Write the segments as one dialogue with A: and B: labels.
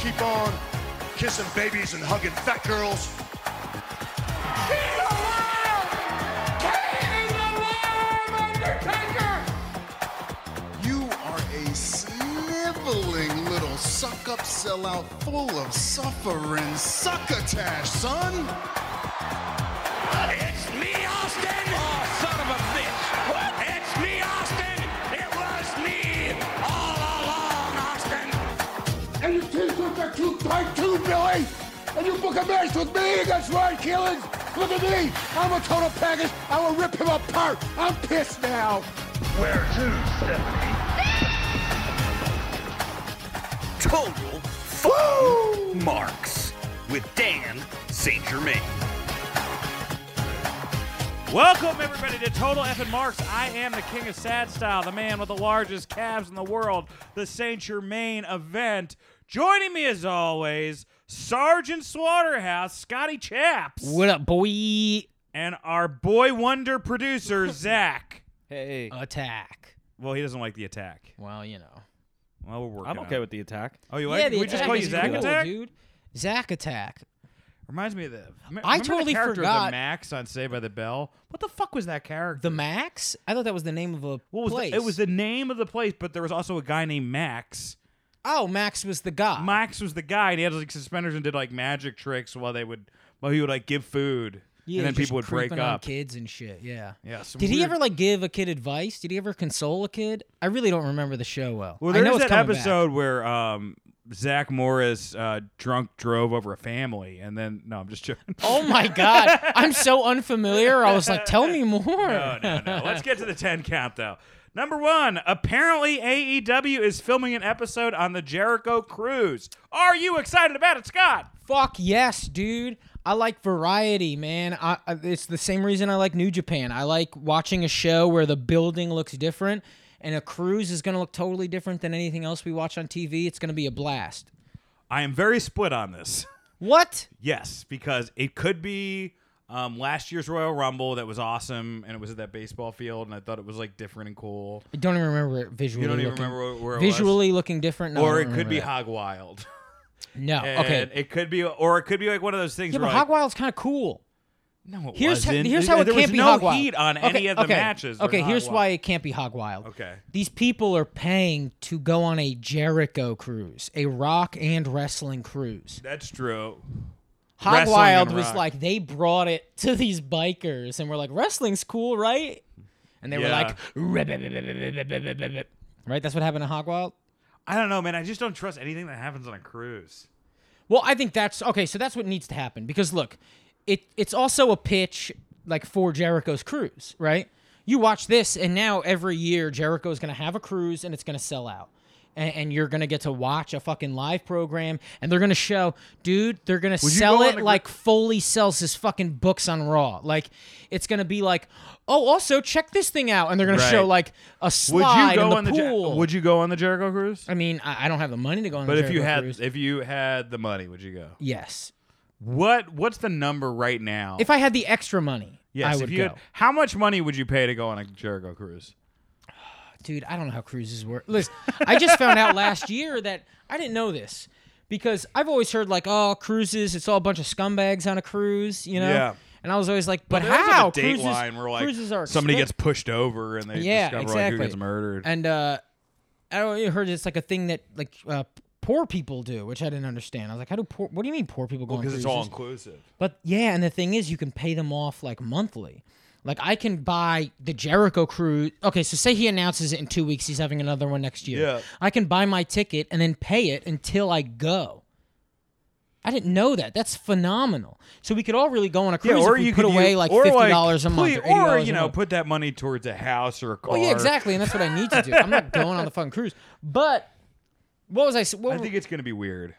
A: keep on kissing babies and hugging fat girls.
B: He's alive! Kane is alive, Undertaker!
C: You are a sniveling little suck up sellout full of suffering succotash, son.
B: It's me, Austin! Oh, son of a bitch! What? It's me, Austin! It was me all along, Austin!
D: and your t-shirts are too tight too, Billy. And you book a match with me against Ryan Keelan. Look at me. I'm a total package. I will rip him apart. I'm pissed now.
E: Where to, Stephanie?
F: Total Marks with Dan St. Germain.
G: Welcome everybody to Total Effing Marks. I am the King of Sad Style, the man with the largest calves in the world, the Saint Germain event. Joining me as always, Sergeant Slaughterhouse, Scotty Chaps,
H: What up, boy?
G: and our boy wonder producer Zach.
I: Hey,
H: Attack.
G: Well, he doesn't like the attack.
H: Well, you know.
G: Well, we're working.
I: I'm
G: on
I: okay
G: it.
I: with the attack.
G: Oh, you like?
H: the
G: we just
H: attack
G: call you
H: is
G: Zach
H: cool,
G: Attack.
H: dude. Zach Attack.
G: Reminds me of the. me-
H: I
G: remember the
H: totally
G: character of
H: forgot-
G: the Max on Saved by the Bell. What the fuck was that character?
H: The Max? I thought that was the name of a
G: What was the-
H: place.
G: it was the name of the place, but there was also a guy named Max.
H: Oh, Max was the guy.
G: Max was the guy, and he had like suspenders and did like magic tricks while they would, while he would like give food,
H: yeah,
G: and then
H: just
G: people would break
H: creeping on
G: up.
H: Kids and shit. Yeah.
G: Yeah. some
H: Did he
G: weird-
H: ever like give a kid advice? Did he ever console a kid? I really don't remember the show well.
G: Well,
H: I
G: there's
H: know it's
G: that
H: coming back.
G: episode where um, Zach Morris uh, drunk drove over a family, and then no, I'm just joking.
H: Oh my god, I'm so unfamiliar. I was like, tell me more.
G: no, no, no. Let's get to the 10 count, though. Number one, apparently AEW is filming an episode on the Jericho Cruise. Are you excited about it, Scott?
H: Fuck yes, dude. I like variety, man. I, I- it's the same reason I like New Japan. I like watching a show where the building looks different, and a cruise is going to look totally different than anything else we watch on TV. It's going to be a blast.
G: I am very split on this.
H: What?
G: Yes, because it could be um, last year's Royal Rumble that was awesome, and it was at that baseball field, and I thought it was like different and cool.
H: I don't even remember it visually.
G: even
H: looking,
G: remember where it was?
H: visually looking different. No, I
G: or
H: don't
G: it could
H: remember
G: be
H: that.
G: Hog Wild.
H: No,
G: And
H: okay.
G: It could be, or it could be like one of those things.
H: Yeah,
G: where
H: but
G: like,
H: Hog Wild's kind of cool.
G: No, it
H: Here's how,
G: wasn't.
H: here's
G: There-
H: how it
G: there
H: can't
G: was
H: be
G: no
H: Hog Wild.
G: heat on
H: okay,
G: any of the
H: okay,
G: matches. with
H: Okay,
G: Hog
H: here's
G: Wild.
H: why it can't be Hog Wild.
G: Okay.
H: These people are paying to go on a Jericho cruise, a rock and wrestling cruise.
G: That's true.
H: Hog
G: Wrestling
H: Wild
G: and
H: was
G: rock.
H: like they brought it to these bikers and were like, wrestling's cool, right? And they were
G: Yeah.
H: like, "Rip, rip, rip, rip, rip, rip, rip, rip, rip." right? That's what happened to Hog Wild.
G: I don't know, man. I just don't trust anything that happens on a cruise.
H: Well, I think that's okay. So that's what needs to happen because look, it it's also a pitch like for Jericho's cruise, right? You watch this, and now every year Jericho's going to have a cruise, and it's going to sell out, and, and you're going to get to watch a fucking live program, and they're going to show, dude, they're going to
G: you
H: sell
G: go on
H: it
G: the gr-
H: like Foley sells his fucking books on Raw. Like it's going to be like, oh, also check this thing out, and they're going to show
G: Right.
H: like a slide in the pool.
G: would you go on the Jericho cruise?
H: I mean, I, I don't have the money to go on.
G: But
H: the
G: if you
H: Jericho
G: had
H: cruise.
G: if you had the money, would you go?
H: yes,
G: What what's the number right now?
H: if I had the extra money,
G: yes,
H: I would
G: if you
H: go.
G: had, how much money would you pay to go on a Jericho cruise?
H: Dude, I don't know how cruises work. Listen, I just found out last year that I didn't know this because I've always heard like, oh, cruises, it's all a bunch of scumbags on a cruise, you know.
G: Yeah.
H: And I was always like, but
G: There's like
H: how?
G: a date
H: cruises,
G: line where like
H: cruises are
G: somebody
H: expensive.
G: gets pushed over and they
H: yeah,
G: discover
H: exactly.
G: like who gets murdered.
H: And uh, I already heard it's like a thing that like uh, poor people do, which I didn't understand. I was like, how do poor? What do you mean poor people go on
G: because
H: cruises?
G: it's all inclusive.
H: But yeah, and the thing is, you can pay them off like monthly. Like I can buy the Jericho cruise. Okay, so say he announces it in two weeks, he's having another one next year.
G: Yeah.
H: I can buy my ticket and then pay it until I go. I didn't know that. That's phenomenal. So we could all really go on a cruise if we
G: could
H: put away
G: use-
H: like
G: or,
H: fifty dollars a month
G: please-
H: or eighty
G: or
H: dollars
G: you
H: a
G: know,
H: month.
G: put that money towards a house or a car.
H: Well, yeah, exactly, and that's what I need to do. I'm not going on the fucking cruise. But what was I? s- What
G: I think it's gonna be weird.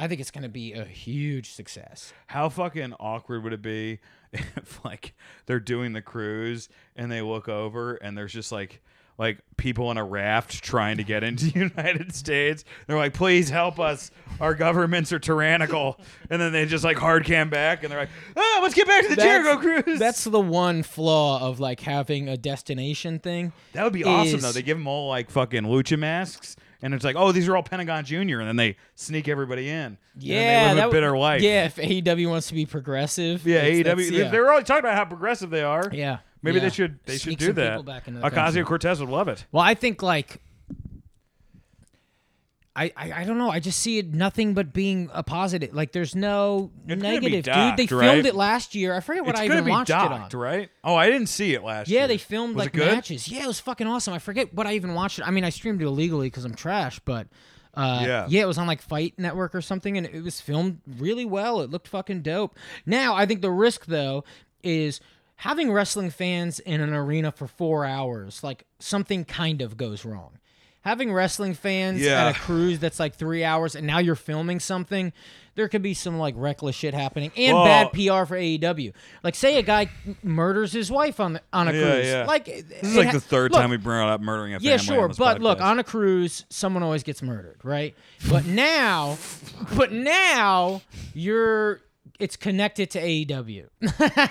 H: I think it's going to be a huge success.
G: How fucking awkward would it be if like they're doing the cruise and they look over and there's just like like people on a raft trying to get into the United States. They're like, please help us. Our governments are tyrannical. And then they just like hard cam back and they're like, oh, let's get back to the Jericho cruise.
H: That's the one flaw of like having a destination thing.
G: that would be awesome
H: is-
G: though. They give them all like fucking lucha masks and it's like, oh, these are all Pentagon Junior, and then they sneak everybody in. and then they
H: Yeah,
G: live
H: that
G: a
H: would-
G: bitter life.
H: Yeah, if AEW wants to be progressive.
G: yeah.
H: that's-
G: AEW.
H: that's- yeah.
G: They're already talking about how progressive they are.
H: Yeah,
G: Maybe
H: yeah.
G: they should. They should
H: Sneak
G: do
H: some
G: that.
H: people back into the country.
G: Ocasio Cortez would love it.
H: Well, I think like I, I I don't know. I just see it nothing but being a positive. Like there's no
G: gonna be
H: negative,
G: docked,
H: dude. They
G: right?
H: filmed it last year. I forget what
G: it's
H: I
G: gonna
H: even
G: be
H: watched
G: docked,
H: it on.
G: right? Oh, I didn't see it last year.
H: Yeah, they filmed
G: Was
H: like
G: it good?
H: matches. Yeah, it was fucking awesome. I forget what I even watched it. I mean, I streamed it illegally because I'm trash, but uh,
G: Yeah.
H: yeah, it was on like Fight Network or something, and it was filmed really well. It looked fucking dope. Now, I think the risk though is having wrestling fans in an arena for four hours. Like something kind of goes wrong. Having wrestling fans
G: Yeah.
H: at a cruise that's like three hours, and now you're filming something, there could be some like reckless shit happening and
G: Well-
H: bad PR for AEW. Like, say a guy murders his wife on the, on a
G: Yeah,
H: cruise.
G: yeah.
H: Like
G: This
H: it
G: is like
H: ha-
G: the third
H: look,
G: time we brought up murdering a family.
H: Yeah,
G: on
H: sure,
G: this
H: but look,
G: podcast.
H: on a cruise, someone always gets murdered, right? But now, but now you're it's connected to AEW,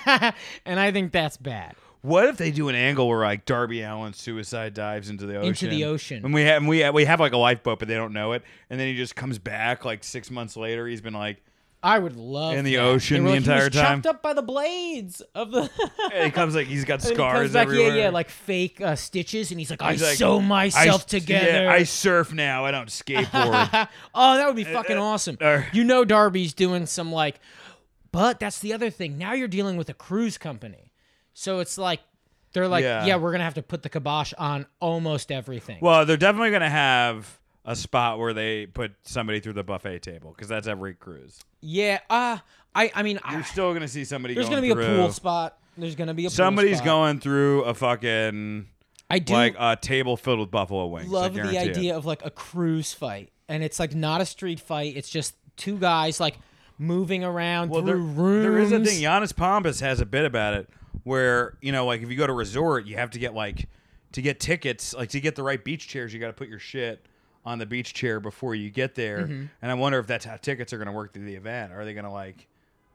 H: and I think that's bad.
G: What if they do an angle where like Darby Allen suicide dives into the ocean?
H: Into the ocean.
G: And we have and we have, we have like a lifeboat, but they don't know it. And then he just comes back like six months later. He's been like,
H: I would love
G: In the
H: that.
G: ocean
H: They
G: the
H: were like, he was
G: entire time?
H: chopped up by the blades of the.
G: and he comes like he's got
H: And he
G: scars
H: comes back,
G: everywhere.
H: yeah, yeah, like fake uh, stitches, and he's like,
G: He's
H: "I
G: like,
H: sew
G: I-
H: myself
G: yeah,
H: together."
G: I surf now. I don't skateboard.
H: oh, that would be fucking awesome.
G: Uh, or-
H: you know, Darby's doing some like, but that's the other thing. Now you're dealing with a cruise company, so it's like they're like, yeah,
G: Yeah.
H: we're gonna have to put the kibosh on almost everything.
G: well, they're definitely gonna have a spot where they put somebody through the buffet table because that's every cruise.
H: yeah, uh, I, I mean, I,
G: You're still gonna see somebody.
H: there's
G: going
H: gonna be a
G: through.
H: pool spot. There's gonna be a pool
G: Somebody's
H: spot.
G: going through a fucking
H: I do
G: like a table filled with buffalo wings. I
H: love the
G: guarantee it.
H: idea of like a cruise fight, and it's like not a street fight. It's just two guys like moving around
G: Well, there,
H: through rooms.
G: there is a thing. Giannis Pompas has a bit about it where you know, like if you go to a resort, you have to get like to get tickets, like to get the right beach chairs, you got to put your shit on the beach chair before you get there.
H: Mm-hmm.
G: And I wonder if that's how tickets are going to work through the event. Are they going to like?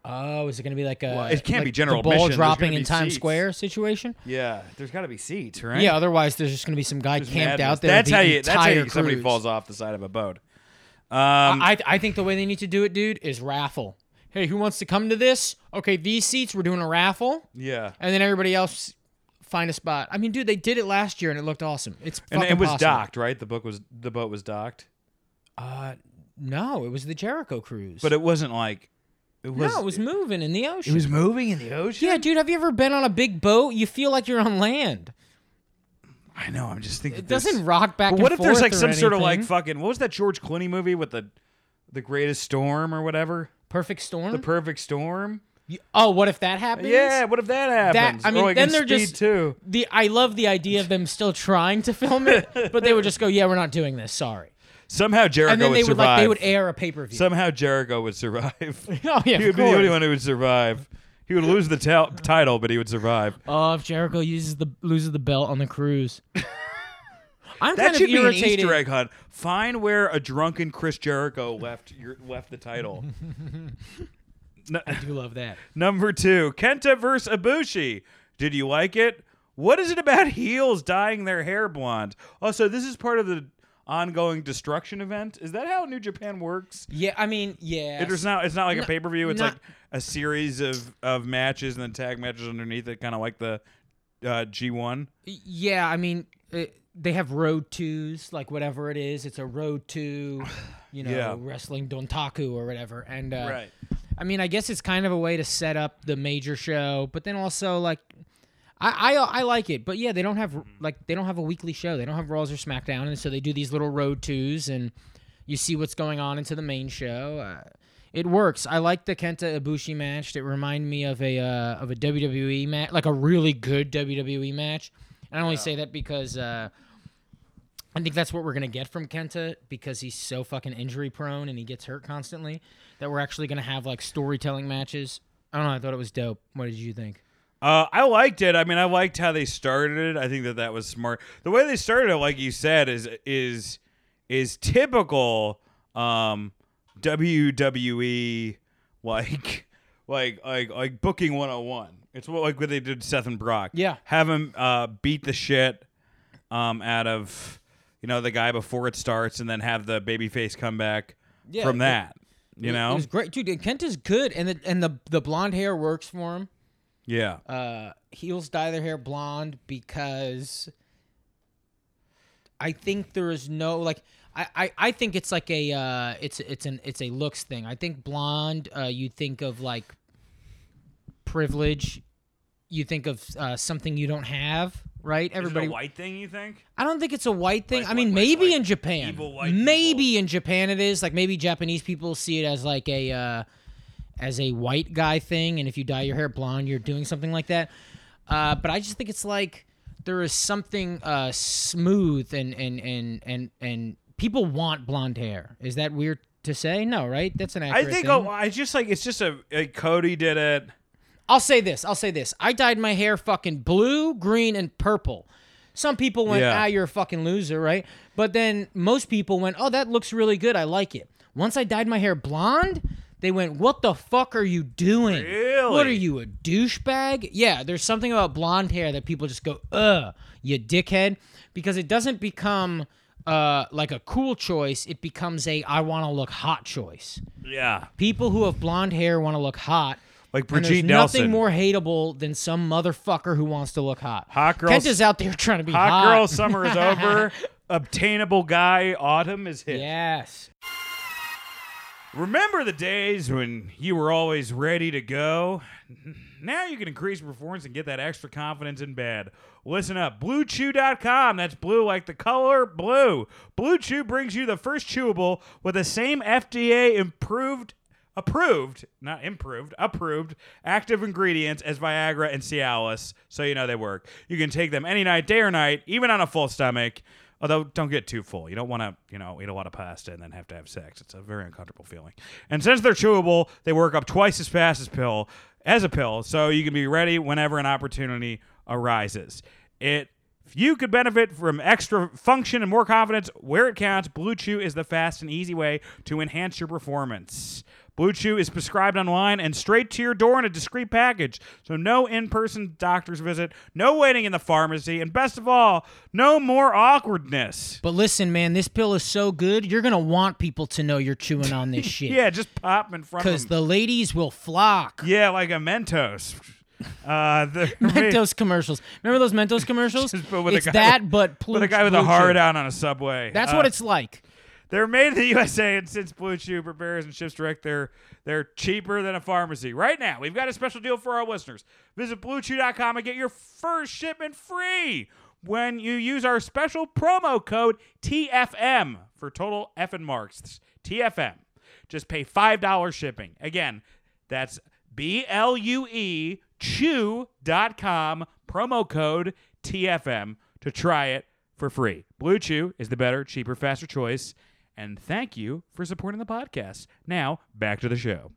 H: Oh, is it going to be like a?
G: it can't
H: like
G: be general
H: the ball
G: admission. There's
H: dropping
G: gonna
H: in
G: be
H: Times
G: seats.
H: Square situation.
G: Yeah, there's got to be seats, right?
H: Yeah, otherwise there's just going to be some guy
G: There's
H: camped
G: madness.
H: out there.
G: That's
H: the
G: how you. That's how
H: entire
G: you, somebody
H: cruise.
G: falls Um, off the side of a boat.
H: I I think the way they need to do it, dude, is raffle. Hey, who wants to come to this? Okay, these seats we're doing a raffle,
G: Yeah.
H: and then everybody else find a spot. I mean, dude, they did it last year and it looked awesome. It's
G: And
H: fucking
G: it was
H: possible.
G: docked, right? The book was the boat was docked,
H: No, it was the Jericho cruise.
G: but it wasn't like it was.
H: no, it was moving in the ocean.
G: it was moving in the ocean.
H: yeah, dude, have you ever been on a big boat? You feel like you're on land.
G: I know. I'm just thinking.
H: It doesn't rock back.
G: But
H: and
G: what if there's
H: forth
G: like
H: or
G: some sort of like
H: anything.
G: fucking what was that George Clooney movie with the the greatest storm or whatever?
H: perfect storm?
G: The perfect storm?
H: oh, what if that happens?
G: Yeah, what if that happens?
H: I mean,
G: Or, like,
H: then
G: in
H: they're
G: Speed
H: just-
G: too.
H: the I love the idea of them still trying to film it, but they would just go, "Yeah, we're not doing this. Sorry."
G: Somehow Jericho
H: And then
G: would
H: they would
G: survive.
H: like they would air a pay per view.
G: Somehow Jericho would survive.
H: Oh yeah,
G: he
H: of
G: would be the only
H: course.
G: one who would survive. He would lose the tel- title, but he would survive.
H: Oh, if Jericho uses the loses the belt on the cruise, I'm
G: That
H: kind
G: should
H: of
G: be an
H: irritated.
G: Easter egg hunt. Find where a drunken Chris Jericho left your, left the title.
H: I do love that.
G: Number two, Kenta versus Ibushi. Did you like it? What is it about heels dyeing their hair blonde? Also, this is part of the ongoing destruction event. Is that how New Japan works?
H: Yeah, I mean, yeah.
G: It is not. It's not like a pay per view. It's
H: not-
G: like a series of of matches and then tag matches underneath it, kind of like the uh, G one.
H: Yeah, I mean, it, they have road twos, like whatever it is. It's a road to, you know,
G: Yeah.
H: wrestling dontaku or whatever. And uh,
G: Right.
H: I mean, I guess it's kind of a way to set up the major show, but then also like, I I, I like it, but yeah, they don't have like they don't have a weekly show. They don't have Raws or SmackDown, and so they do these little road twos, and you see what's going on into the main show. Uh, it works. I like the Kenta Ibushi match. It reminded me of a uh, of a WWE match, like a really good WWE match. And I only say that because uh, I think that's what we're gonna get from Kenta because he's so fucking injury prone and he gets hurt constantly. That we're actually gonna have like storytelling matches. I don't know. I thought it was dope. What did you think?
G: Uh, I liked it. I mean, I liked how they started it. I think that that was smart. The way they started it, like you said, is is is typical um, WWE like like like like booking 101. It's what like what they did to Seth and Brock.
H: Yeah.
G: have him uh, beat the shit um, out of you know the guy before it starts, and then have the babyface come back
H: Yeah,
G: from
H: it-
G: that. you know,
H: It was great, dude. Kent is good, and the and the the blonde hair works for him.
G: yeah.
H: Uh, heels dye their hair blonde because I think there is no like I, I, I think it's like a uh, it's it's an it's a looks thing. I think blonde. Uh, you think of like privilege. You think of uh, something you don't have, right? Everybody.
G: white thing. You think?
H: I don't think it's a white thing.
G: Like
H: I mean,
G: what- like-
H: maybe
G: like
H: in Japan,
G: evil white
H: maybe in Japan it is. Like maybe Japanese people see it as like a uh, as a white guy thing, and if you dye your hair blonde, you're doing something like that. Uh, but I just think it's like there is something uh, smooth and and and and and people want blonde hair. Is that weird to say? No, right? That's an
G: I
H: accurate
G: think.
H: thing.
G: Oh, I just like it's just a, a Cody did it.
H: I'll say this. I'll say this. I dyed my hair fucking blue, green, and purple. Some people went,
G: Yeah.
H: ah, you're a fucking loser, right? But then most people went, oh, that looks really good. I like it. Once I dyed my hair blonde, they went, what the fuck are you doing? What are
G: Really?
H: you, a douchebag? Yeah, there's something about blonde hair that people just go, ugh, you dickhead. Because it doesn't become uh, like a cool choice, it becomes a I want to look hot choice.
G: Yeah,
H: People who have blonde hair want to look hot.
G: like
H: And
G: Brigitte
H: there's
G: Nelson.
H: nothing more hateable than some motherfucker who wants to look hot.
G: Hot girl
H: Kent
G: s-
H: is out there trying to be hot.
G: hot girl summer is over. Obtainable guy autumn is hit.
H: yes.
G: Remember the days when you were always ready to go? Now you can increase your performance and get that extra confidence in bed. Listen up, bluechew.com. That's blue like the color blue. Blue Chew brings you the first chewable with the same FDA improved approved, not improved, approved active ingredients as Viagra and Cialis, so you know they work. You can take them any night, day or night, even on a full stomach. Although, don't get too full. You don't want to, you know, eat a lot of pasta and then have to have sex. It's a very uncomfortable feeling. And since they're chewable, they work up twice as fast as pill as a pill, so you can be ready whenever an opportunity arises. It if you could benefit from extra function and more confidence where it counts, Blue Chew is the fast and easy way to enhance your performance. Blue Chew is prescribed online and straight to your door in a discreet package. So, no in person doctor's visit, no waiting in the pharmacy, and best of all, no more awkwardness.
H: But listen, man, this pill is so good, you're gonna want people to know you're chewing on this shit.
G: Yeah, just pop 'em in front of
H: Because
G: them.
H: the ladies will flock.
G: yeah, like a Mentos. Uh, they're made-
H: Mentos commercials. Remember those Mentos commercials?
G: Just put with a
H: it's
G: guy-
H: that, but blue,
G: But a guy with a
H: blue
G: hard
H: chew.
G: out on a subway.
H: That's
G: Uh,
H: what it's like.
G: They're made in the USA, and since Blue Chew prepares and ships direct, they're they're cheaper than a pharmacy. Right now, we've got a special deal for our listeners. Visit BlueChew.com and get your first shipment free when you use our special promo code TFM for total F and marks. TFM. Just pay five dollars shipping. Again, that's B L U E Chew.com promo code TFM to try it for free. Blue Chew is the better, cheaper, faster choice. And thank you for supporting the podcast. Now, back to the show.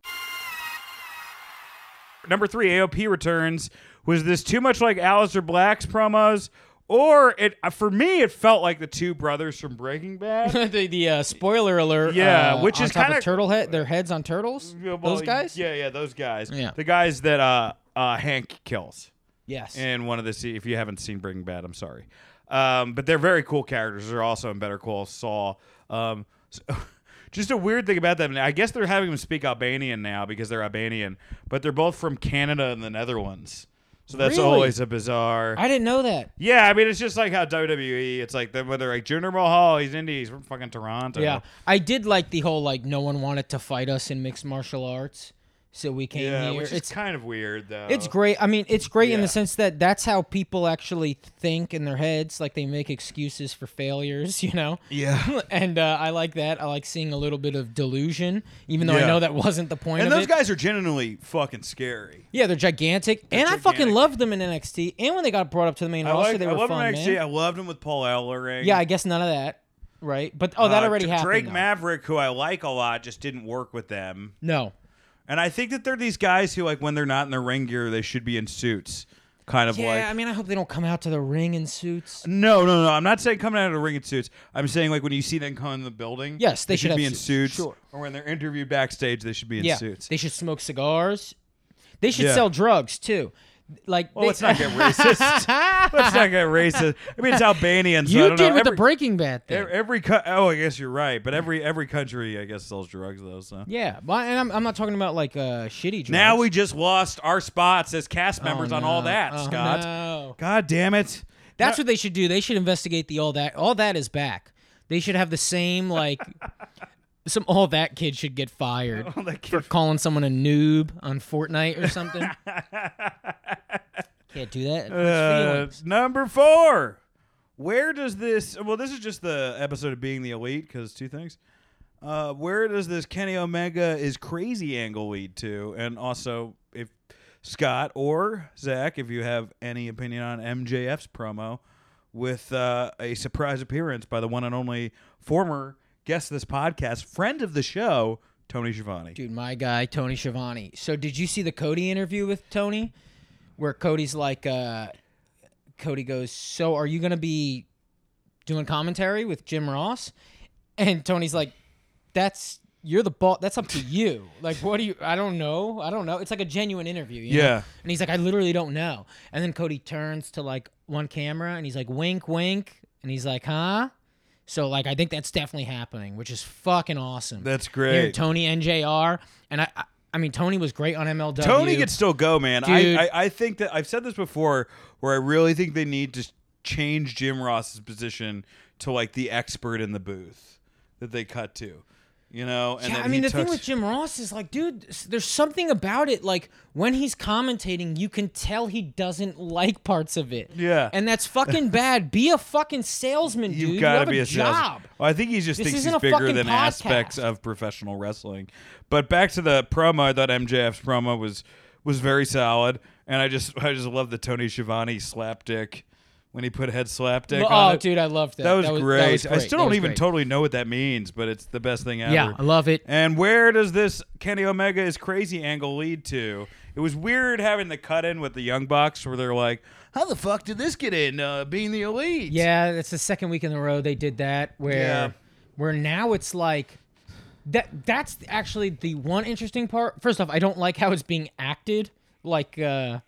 G: Number three, AOP returns. Was this too much like Alistair Black's promos? Or it uh, for me, it felt like the two brothers from Breaking Bad.
H: the the uh, spoiler alert.
G: Yeah,
H: uh,
G: which
H: on
G: is
H: top of
G: kinda-
H: turtle head. Their heads on turtles.
G: Yeah, well,
H: those guys.
G: Yeah, yeah, those guys.
H: Yeah.
G: The guys that uh, uh, Hank kills.
H: Yes.
G: in one of the se- if you haven't seen Breaking Bad, I'm sorry. Um, but they're very cool characters. They're also in Better Call Saul. Um, so- just a weird thing about them. I guess they're having them speak Albanian now because they're Albanian, but they're both from Canada and the Netherlands. So that's
H: Really?
G: always a bizarre.
H: I didn't know that.
G: yeah, I mean it's just like how WWE. It's like them where they're like Junior Mahal. He's indie. He's from fucking Toronto.
H: Yeah, I did like the whole like no one wanted to fight us in mixed martial arts, so we came
G: yeah,
H: here.
G: which is
H: it's
G: kind of weird though.
H: it's great. I mean, it's great in
G: Yeah.
H: the sense that that's how people actually think in their heads. Like they make excuses for failures, you know.
G: Yeah.
H: and uh, I like that. I like seeing a little bit of delusion, even though
G: Yeah.
H: I know that wasn't the point.
G: And
H: of
G: those
H: it.
G: guys are genuinely fucking scary.
H: yeah, they're gigantic, and I fucking
G: gigantic.
H: loved them in NXT. And when they got brought up to the main
G: I
H: roster,
G: like.
H: they
G: I
H: were
G: love
H: fun,
G: him
H: man.
G: NXT. I loved him with Paul Ellering.
H: Yeah, I guess none of that, right? But oh, that
G: Uh,
H: already
G: Dr-
H: happened.
G: Drake
H: though.
G: Maverick, who I like a lot, just didn't work with them.
H: No,
G: And I think that they're these guys who, like, when they're not in their ring gear, they should be in suits. Kind of
H: yeah.
G: like.
H: I mean, I hope they don't come out to the ring in suits.
G: no, no, no. I'm not saying coming out of the ring in suits. I'm saying, like, when you see them come in the building,
H: Yes, they should
G: be
H: have
G: in suits.
H: suits. Sure.
G: Or when they're interviewed backstage, they should be in
H: yeah,
G: suits.
H: they should smoke cigars. They should
G: Yeah.
H: sell drugs too. Like,
G: Well, let's not get racist. let's not get racist. I mean, it's Albanians. so I
H: you
G: don't
H: did
G: know.
H: with
G: every,
H: the Breaking Bad thing.
G: e- Every co- oh, I guess you're right. But every every country, I guess, sells drugs though. So
H: yeah, well, and I'm, I'm not talking about like uh, shitty. Drugs.
G: now we just lost our spots as cast members on all
H: no.
G: that.
H: Oh,
G: Scott,
H: no.
G: God damn it.
H: That's what they should do. They should investigate the all that. All that is back. They should have the same like. Some all that kid should get fired for calling someone a noob on Fortnite or something. Can't do that. It hurts
G: Uh,
H: feelings.
G: number four. Where does this? Well, this is just the episode of being the elite because two things. Uh, where does this Kenny Omega is crazy angle lead to? And also, if Scott or Zach, if you have any opinion on MJF's promo with uh, a surprise appearance by the one and only former guest of this podcast, friend of the show, Tony Schiavone.
H: Dude, my guy Tony Schiavone. So did you see the Cody interview with Tony, where Cody's like, uh, Cody goes, "So are you gonna be doing commentary with Jim Ross?" And Tony's like, "That's you're the ball. That's up to you. Like, what do you? I don't know. I don't know. It's like a genuine interview. you know?
G: Yeah.
H: And he's like, "I literally don't know." And then Cody turns to like one camera and he's like, "Wink, wink," and he's like, "Huh." So like I think that's definitely happening, which is fucking awesome.
G: That's
H: You hear
G: great.
H: Tony NJR, and I, I, I mean Tony was great on MLW.
G: Tony could still go, man.
H: Dude.
G: I, I, I think that I've said this before, where I really think they need to change Jim Ross's position to like the expert in the booth that they cut to, you know. And
H: Yeah,
G: that
H: I mean
G: he
H: the thing
G: took-
H: with Jim Ross is like, dude, s- there's something about it. Like when he's commentating, you can tell he doesn't like parts of it.
G: Yeah.
H: and that's fucking bad. Be a fucking salesman, dude.
G: You've
H: you
G: gotta
H: have
G: be a
H: job.
G: salesman. Well, I think he just
H: This
G: thinks
H: isn't
G: he's
H: a
G: bigger
H: fucking
G: than
H: podcast.
G: aspects of professional wrestling. But back to the promo, I thought MJF's promo was was very solid, and I just I just love the Tony Schiavone slapdick when he put head slapdick. on
H: Oh,
G: it.
H: dude, I love that.
G: That was, great.
H: that was
G: I still
H: That
G: don't
H: was
G: even
H: great.
G: totally know what that means, but it's the best thing ever.
H: Yeah, I love it.
G: And where does this Kenny Omega is crazy angle lead to? It was weird having the cut in with the Young Bucks where they're like, how the fuck did this get in uh, being the elite?
H: Yeah, it's the second week in a row they did that where
G: Yeah.
H: where now it's like that that's actually the one interesting part. First off, I don't like how it's being acted like uh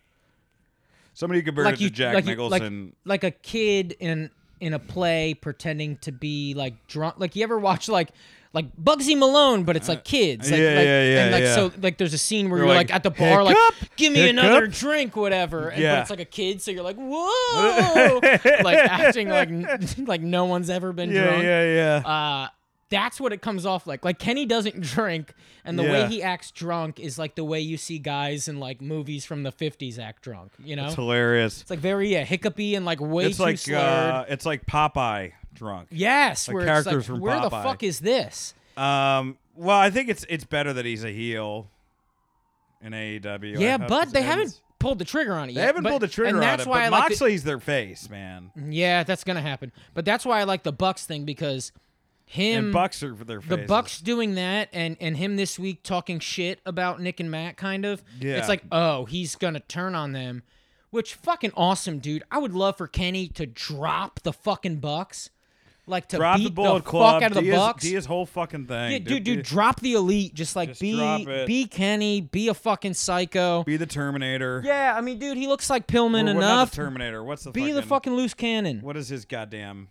G: Somebody compared
H: like
G: it
H: you
G: to Jack
H: like, you- like-
G: Nicholson.
H: like a kid in in a play pretending to be like drunk. Like you ever watch like like Bugsy Malone, but it's like kids. Like,
G: Uh, yeah,
H: like,
G: yeah, yeah,
H: And like
G: yeah.
H: so, like there's a scene where
G: You're
H: you're,
G: like,
H: like, at the bar,
G: "Hiccup?
H: like give me another
G: Hiccup?"
H: drink, whatever. And,
G: Yeah.
H: But it's like a kid, so you're like whoa, like acting like n- like no one's ever been
G: yeah,
H: drunk.
G: yeah, yeah.
H: Uh, that's what it comes off like. Like Kenny doesn't drink, and the
G: Yeah.
H: way he acts drunk is like the way you see guys in like movies from the '50s act drunk. You know,
G: it's hilarious.
H: it's like very yeah, hiccupy and like way
G: It's
H: too
G: like
H: slurred.
G: uh, it's like Popeye drunk.
H: yes,
G: like
H: where it's
G: characters
H: like,
G: from
H: where the
G: Popeye.
H: fuck is this?
G: Um, well, I think it's it's better that he's a heel in AEW. I
H: yeah,
G: hope
H: but
G: this
H: they
G: ends.
H: haven't pulled the trigger on it.
G: They
H: yet,
G: haven't
H: but-
G: pulled the trigger
H: and that's
G: on it.
H: why
G: but
H: I like the- Mm.
G: Moxley's their face, man.
H: yeah, that's gonna happen. But that's why I like the Bucks thing because him
G: and Bucks are for their
H: the
G: faces.
H: Bucks doing that and and him this week talking shit about Nick and Matt kind of.
G: Yeah.
H: It's like, oh, he's gonna turn on them. Which fucking awesome, dude. I would love for Kenny to drop the fucking Bucks. Like to
G: drop
H: beat
G: the bullet
H: fuck
G: club.
H: out of the
G: Diaz-
H: Bucks.
G: Diaz whole fucking thing.
H: Yeah, dude, dude, drop the elite. Just like
G: Just drop
H: be
G: it.
H: be Kenny, be a fucking psycho.
G: be the Terminator.
H: yeah, I mean, dude, he looks like
G: Or
H: Pillman
G: what- not
H: enough.
G: the Terminator. What's the
H: be
G: fucking,
H: the fucking loose cannon.
G: What is his goddamn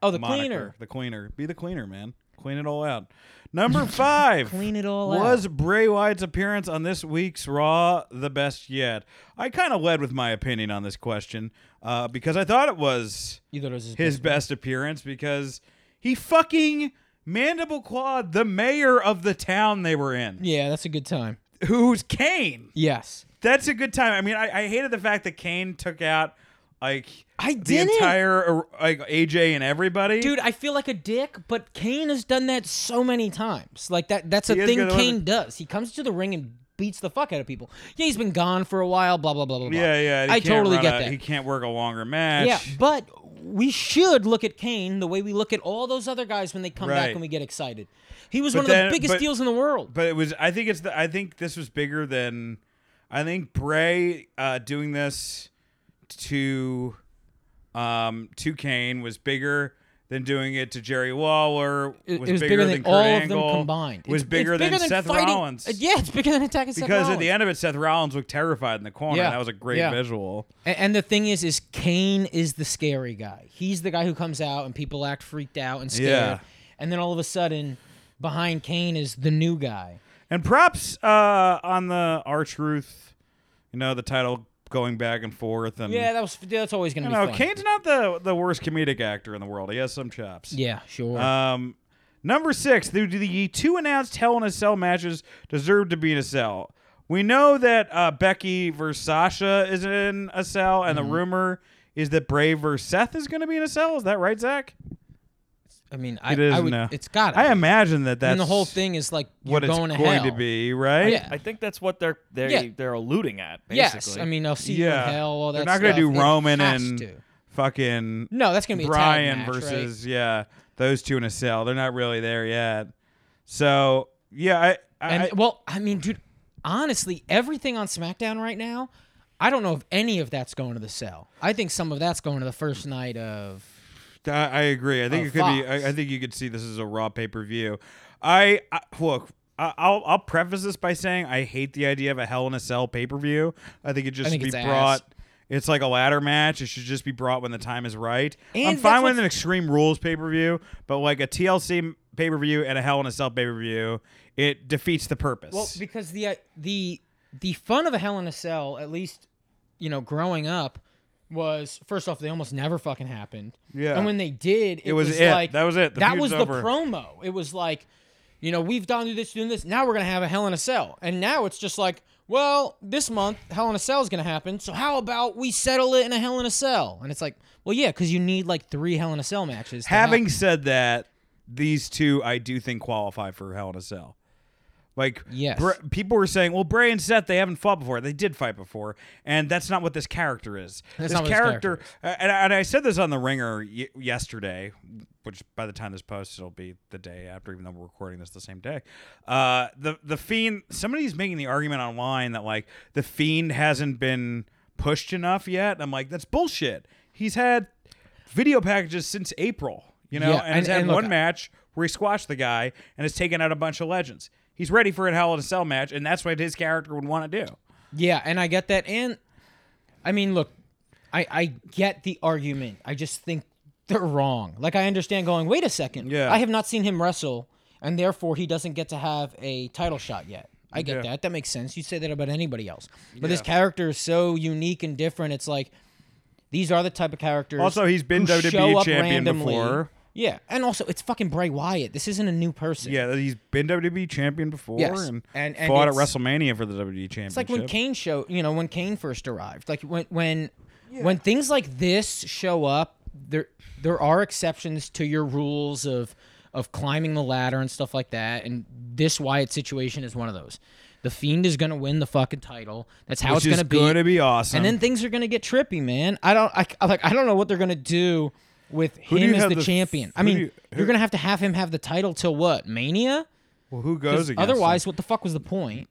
H: oh, the
G: moniker?
H: cleaner.
G: The cleaner. Be the cleaner, man. Clean it all out. Number five.
H: Clean it all out.
G: was Bray Wyatt's appearance on this week's Raw the best yet? I kind of led with my opinion on this question uh, because I thought it was
H: You thought it was his,
G: his
H: best-
G: best appearance because he fucking mandible clawed the mayor of the town they were in,
H: Yeah, that's a good time.
G: who's Kane.
H: Yes.
G: That's a good time. I mean, I, I hated the fact that Kane took out like
H: I
G: the
H: didn't.
G: entire uh, like AJ and everybody.
H: Dude, I feel like a dick, but Kane has done that so many times. Like that that's a
G: He is
H: thing
G: good at
H: Kane
G: it.
H: does. He comes to the ring and beats the fuck out of people. Yeah, he's been gone for a while, blah blah blah blah blah.
G: yeah, yeah. he
H: I
G: can't
H: totally
G: run
H: get
G: a-
H: that.
G: He can't work a longer match.
H: Yeah, but we should look at Kane the way we look at all those other guys when they come
G: Right.
H: back and we get excited. He was
G: But
H: one
G: then-
H: of the biggest
G: but-
H: deals in the world.
G: but it was. I think it's. The, I think this was bigger than. I think Bray uh, doing this to, um, to Kane was bigger Then doing it to Jerry Waller was
H: It, it was
G: bigger,
H: than, all
G: Kurt
H: of them
G: Angle,
H: combined.
G: Was
H: It's- it's
G: bigger, than, Seth
H: fighting-
G: Rollins.
H: uh, Yeah, it's bigger than attacking Seth
G: Because at
H: Rollins.
G: the end of it, Seth Rollins looked terrified in the corner.
H: Yeah.
G: That was a great
H: Yeah.
G: visual.
H: A- And the thing is, is Kane is the scary guy. He's the guy who comes out and people act freaked out and scared.
G: Yeah.
H: And then all of a sudden, behind Kane is the new guy.
G: And props uh, on the R Truth, you know, the title going back and forth. And
H: Yeah, that was that's always gonna
G: you
H: be
G: know,
H: fun.
G: Kane's not the, the worst comedic actor in the world. He has some chops.
H: Yeah, sure.
G: Um, number six, the, the two announced Hell in a Cell matches deserve to be in a cell. We know that uh, Becky versus Sasha is in a cell, and
H: Mm-hmm.
G: the rumor is that Brave versus Seth is going to be in a cell. Is that right, Zach?
H: I mean, I,
G: It is
H: I would.
G: now.
H: It's got.
G: I imagine that that's
H: And the whole thing is like you're
G: what it's
H: going
G: going
H: to hell.
G: to be, right?
H: Yeah.
I: I think that's what they're they're
H: Yeah.
I: they're alluding at. Basically.
H: Yes, I mean I'll see you
G: Yeah.
H: in hell. All that.
G: They're not
H: going
G: gonna
H: to
G: do Roman
H: has
G: and
H: to.
G: Fucking
H: no, that's going to be
G: Brian
H: a tag match, right?
G: versus yeah, those two in a cell. They're not really there yet. So yeah, I, I
H: And
G: I-
H: well, I mean, dude, honestly, everything on SmackDown right now, I don't know if any of that's going to the cell. I think some of that's going to the first night of.
G: I, I agree. I think
H: of
G: it could be.
H: Oh, Fox.
G: I, I think you could see this as a raw pay per view. I, I look. I- I'll I'll preface this by saying I hate the idea of a Hell in a Cell pay per view. I think it just
H: think
G: be
H: it's ass.
G: brought. It's like a ladder match. It should just be brought when the time is right. I'm
H: And
G: fine
H: that's
G: with
H: what's-
G: an Extreme Rules pay per view, but like a TLC pay per view and a Hell in a Cell pay per view, it defeats the purpose.
H: Well, because the uh, the the fun of a Hell in a Cell, at least, you know, growing up, was first off they almost never fucking happened.
G: Yeah.
H: And when they did, it,
G: It was it.
H: like
G: That was it. The
H: that
G: feud's
H: was
G: over.
H: the promo. It was like, you know, we've done this, doing this. Now we're gonna have a Hell in a Cell, and now it's just like, well, this month Hell in a Cell is gonna happen. So how about we settle it in a Hell in a Cell? And it's like, well, yeah, because you need like three Hell in a Cell matches. to
G: Having
H: happen.
G: said that, these two I do think qualify for Hell in a Cell. Like,
H: Yes.
G: Br- people were saying, well, Bray and Seth, they haven't fought before. They did fight before, and that's not what this character is. this
H: That's not what this
G: character,
H: character
G: uh, and, I- and I said this on the Ringer y- yesterday, which by the time this posts, it'll be the day after, even though we're recording this the same day. Uh, the the Fiend, somebody's making the argument online that like the Fiend hasn't been pushed enough yet. And I'm like, that's bullshit. He's had video packages since April. You know,
H: Yeah,
G: and, he's
H: and-
G: had
H: and look,
G: one match where he squashed the guy and has taken out a bunch of legends. He's ready for a Hell in a Cell match, and that's what his character would want to do.
H: Yeah, and I get that. And I mean, look, I I get the argument. I just think they're wrong. Like I understand going, wait a second.
G: Yeah.
H: I have not seen him wrestle, and therefore he doesn't get to have a title shot yet. I get
G: Yeah.
H: that. That makes sense. You say that about anybody else. But this character is so unique and different. It's like these are the type of characters.
G: Also, he's been
H: who
G: WWE
H: show up
G: champion
H: randomly.
G: before.
H: Yeah, and also it's fucking Bray Wyatt. This isn't a new person.
G: Yeah, he's been WWE champion before
H: Yes,
G: and,
H: and- and
G: fought at
H: it's-
G: WrestleMania for the WWE championship.
H: It's like when Kane show, you know, when Kane first arrived. Like when when when things like this show up, there there are exceptions to your rules of of climbing the ladder and stuff like that. And this Wyatt situation is one of those. The Fiend is gonna win the fucking title. That's how
G: Which
H: it's
G: is
H: gonna be.
G: gonna be awesome.
H: And then things are gonna get trippy, man. I don't I like I don't know what they're gonna do with
G: do
H: him
G: you
H: as
G: have
H: the,
G: the f-
H: champion. I
G: who do
H: mean,
G: you- who-
H: you, are gonna have to have him have the title till what? Mania?
G: well, who
H: 'Cause
G: goes against?
H: Otherwise,
G: him?
H: what the fuck was the point?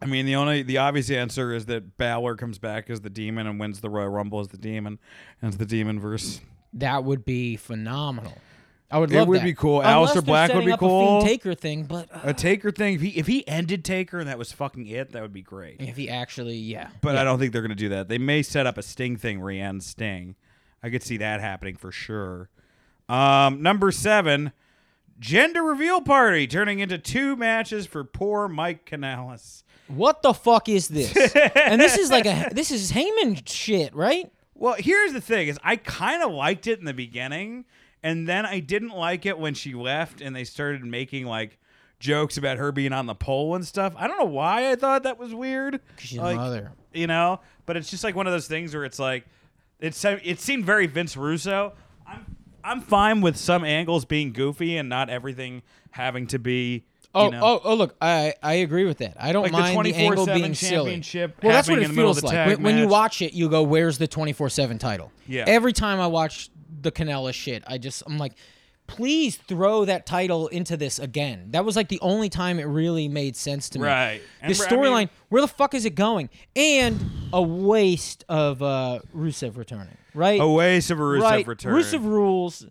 G: I mean, the only the obvious answer is that Balor comes back as the demon and wins the Royal Rumble as the demon, and it's the demon versus
H: That would be phenomenal. I would
G: It
H: love that.
G: would be cool. Aleister
H: Unless they're
G: Black would
H: setting
G: be
H: up a Fiend
G: cool.
H: Taker thing, but uh,
G: a Taker thing. If he if he ended Taker and that was fucking it, that would be great.
H: if he actually, yeah,
G: But I don't think they're going to do that. They may set up a Sting thing where he ends Sting. I could see that happening for sure. Um, number seven, gender reveal party turning into two matches for poor Mike Canales.
H: what the fuck is this? and this is like a this is Heyman shit, right?
G: Well, here's the thing: is I kind of liked it in the beginning, and then I didn't like it when she left, and they started making like jokes about her being on the pole and stuff. I don't know why I thought that was weird.
H: She's a
G: Like,
H: mother.
G: you know. But it's just like one of those things where it's like, it's it seemed very Vince Russo. I'm I'm fine with some angles being goofy and not everything having to be.
H: Oh,
G: you know,
H: oh, oh! Look, I I agree with that. I don't
G: Like the
H: mind the, angle
G: 24/7
H: being silly.
G: championship
H: Well, that's what
G: happening
H: it
G: in the middle of
H: feels
G: the
H: like
G: tag
H: when, when you
G: match.
H: watch it. You go, "Where's the twenty four seven title?"
G: Yeah.
H: Every time I watch the Canella shit, I just I'm like, please throw that title into this again. That was like the only time it really made sense to me.
G: Right. And
H: This
G: I mean-
H: storyline, where the fuck is it going? And a waste of uh, Rusev returning. Right.
G: A waste of a Rusev
H: right.
G: return.
H: Rusev rules.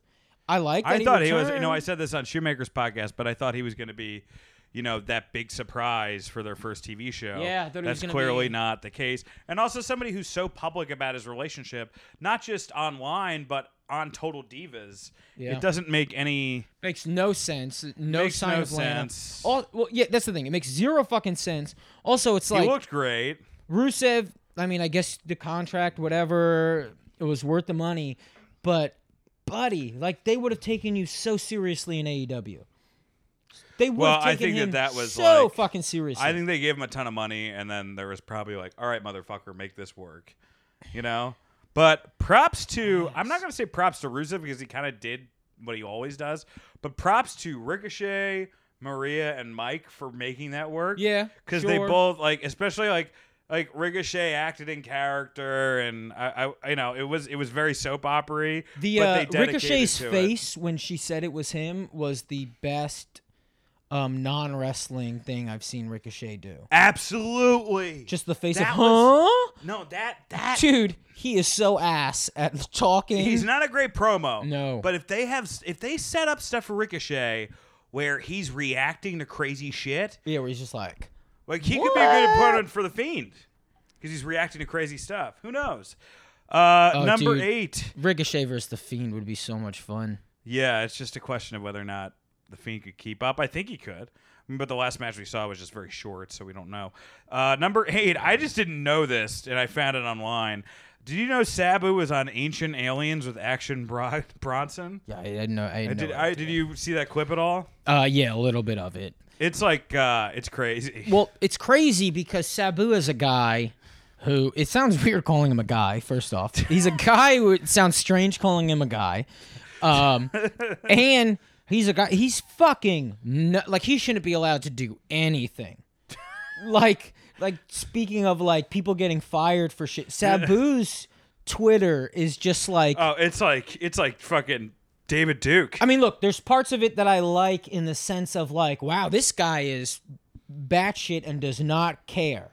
H: I like. That
G: I thought he was.
H: returned.
G: You know, I said this on Shoemaker's podcast, but I thought he was going to be, you know, that big surprise for their first TV show.
H: Yeah, I thought he was
G: that's
H: gonna
G: clearly
H: be-
G: not the case. And also somebody who's so public about his relationship, not just online, but on Total Divas.
H: Yeah.
G: It doesn't make any.
H: Makes no sense. No
G: Makes
H: sign
G: no
H: of Lana.
G: sense.
H: All, well, yeah, that's the thing. It makes zero fucking sense. Also, it's like
G: he looked great.
H: Rusev. I mean, I guess the contract, whatever, it was worth the money, but buddy, like they would have taken you so seriously in AEW. They would
G: Well,
H: have
G: I
H: taken
G: think that
H: him
G: that was,
H: so
G: like-
H: fucking seriously.
G: I think they gave him a ton of money, and then there was probably like, all right, motherfucker, make this work, you know. But props to I'm not gonna say props to Rusev because he kind of did what he always does, but props to Ricochet, Maria, and Mike for making that work.
H: Yeah,
G: because
H: sure.
G: they both like, especially like like Ricochet acted in character, and I, I you know it was it was very soap opery.
H: the
G: but
H: uh,
G: they dedicated
H: Ricochet's
G: to it.
H: face when she said it was him was the best um, non wrestling thing I've seen Ricochet do.
G: absolutely
H: Just the face
G: That
H: of
G: was-
H: huh.
G: no that that
H: dude, he is so ass at talking.
G: He's not a great promo.
H: No.
G: But if they have if they set up stuff for Ricochet where he's reacting to crazy shit,
H: Yeah, where he's just like,
G: like he could be a good opponent for the Fiend because he's reacting to crazy stuff. Who knows? Uh,
H: Oh,
G: number
H: dude.
G: 8.
H: Ricochet versus the Fiend would be so much fun.
G: Yeah, it's just a question of whether or not the Fiend could keep up. I think he could. But the last match we saw was just very short, so we don't know. Uh, number eight, I just didn't know this, and I found it online. Did you know Sabu was on Ancient Aliens with Action Bro- Bronson?
H: Yeah, I didn't know. I didn't
G: Did
H: know
G: I, did you see that clip at all?
H: uh, yeah, a little bit of it.
G: It's like uh, it's crazy.
H: Well, it's crazy because Sabu is a guy who it sounds weird calling him a guy. First off, he's a guy who it sounds strange calling him a guy, um, and he's a guy. He's fucking nu- like he shouldn't be allowed to do anything. like, like speaking of like people getting fired for shit, Sabu's Twitter is just like
G: oh, it's like it's like fucking David Duke.
H: I mean, look, there's parts of it that I like in the sense of like, wow, this guy is batshit and does not care.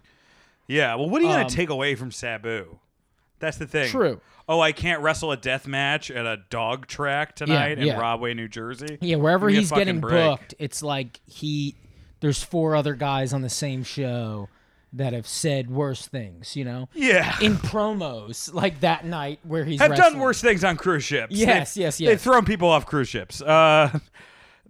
G: yeah. Well, what are you
H: um,
G: gonna take away from Sabu? That's the thing.
H: True.
G: Oh, I can't wrestle a death match at a dog track tonight in
H: yeah.
G: Rahway, New Jersey.
H: Yeah, wherever
G: Give me a
H: he's
G: fucking
H: getting
G: break.
H: booked, it's like he there's four other guys on the same show that have said worse things, you know?
G: Yeah.
H: In promos, like that night where he's
G: Have done
H: wrestling.
G: worse things on cruise ships.
H: Yes,
G: They've-
H: yes,
G: They've
H: yes.
G: thrown people off cruise ships. Uh,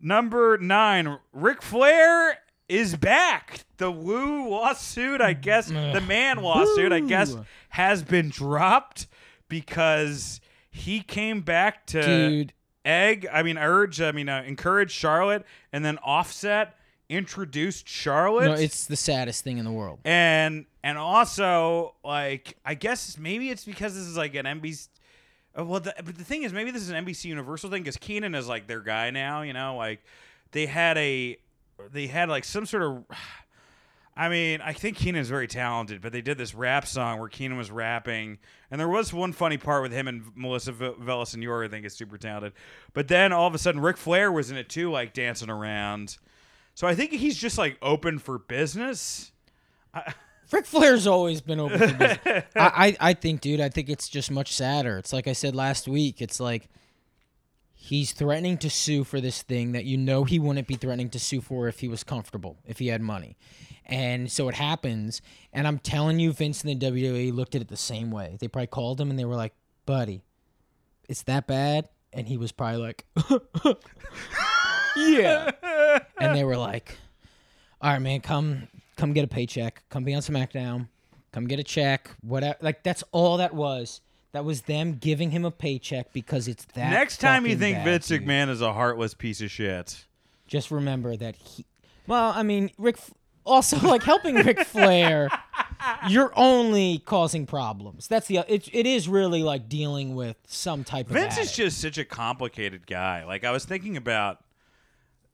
G: number nine, Ric Flair is back. The Woo lawsuit, I guess, the man lawsuit, I guess, has been dropped because he came back to
H: Dude.
G: egg. I mean, urge. I mean, uh, encourage Charlotte, and then Offset introduced Charlotte
H: No, it's the saddest thing in the world.
G: and and also like I guess maybe it's because this is like an NBC. uh, Well, the, but the thing is, maybe this is an NBC Universal thing because Keenan is like their guy now. You know, like they had a they had like some sort of. I mean, I think Keenan's very talented, but they did this rap song where Keenan was rapping, and there was one funny part with him and Melissa v- Villaseñor, I think is super talented. But then all of a sudden, Ric Flair was in it too, like dancing around. So I think he's just like open for business.
H: Ric Flair's always been over for business. I, I, I think, dude, I think it's just much sadder. It's like I said last week. It's like he's threatening to sue for this thing that you know he wouldn't be threatening to sue for if he was comfortable, if he had money. And so it happens. And I'm telling you, Vince and the WWE looked at it the same way. They probably called him and they were like, buddy, it's that bad. And he was probably like, yeah. and they were like, all right, man, come come get a paycheck. Come be on SmackDown. Come get a check. Whatever. Like that's all that was. That was them giving him a paycheck because it's that.
G: Next time you
H: fucking
G: think
H: bad,
G: Vince
H: dude.
G: McMahon is a heartless piece of shit.
H: just remember that he. Well, I mean, Rick. Also, like helping Ric Flair, you're only causing problems. That's the. It, it is really like dealing with some type of.
G: Vince is
H: addict.
G: just such a complicated guy. Like I was thinking about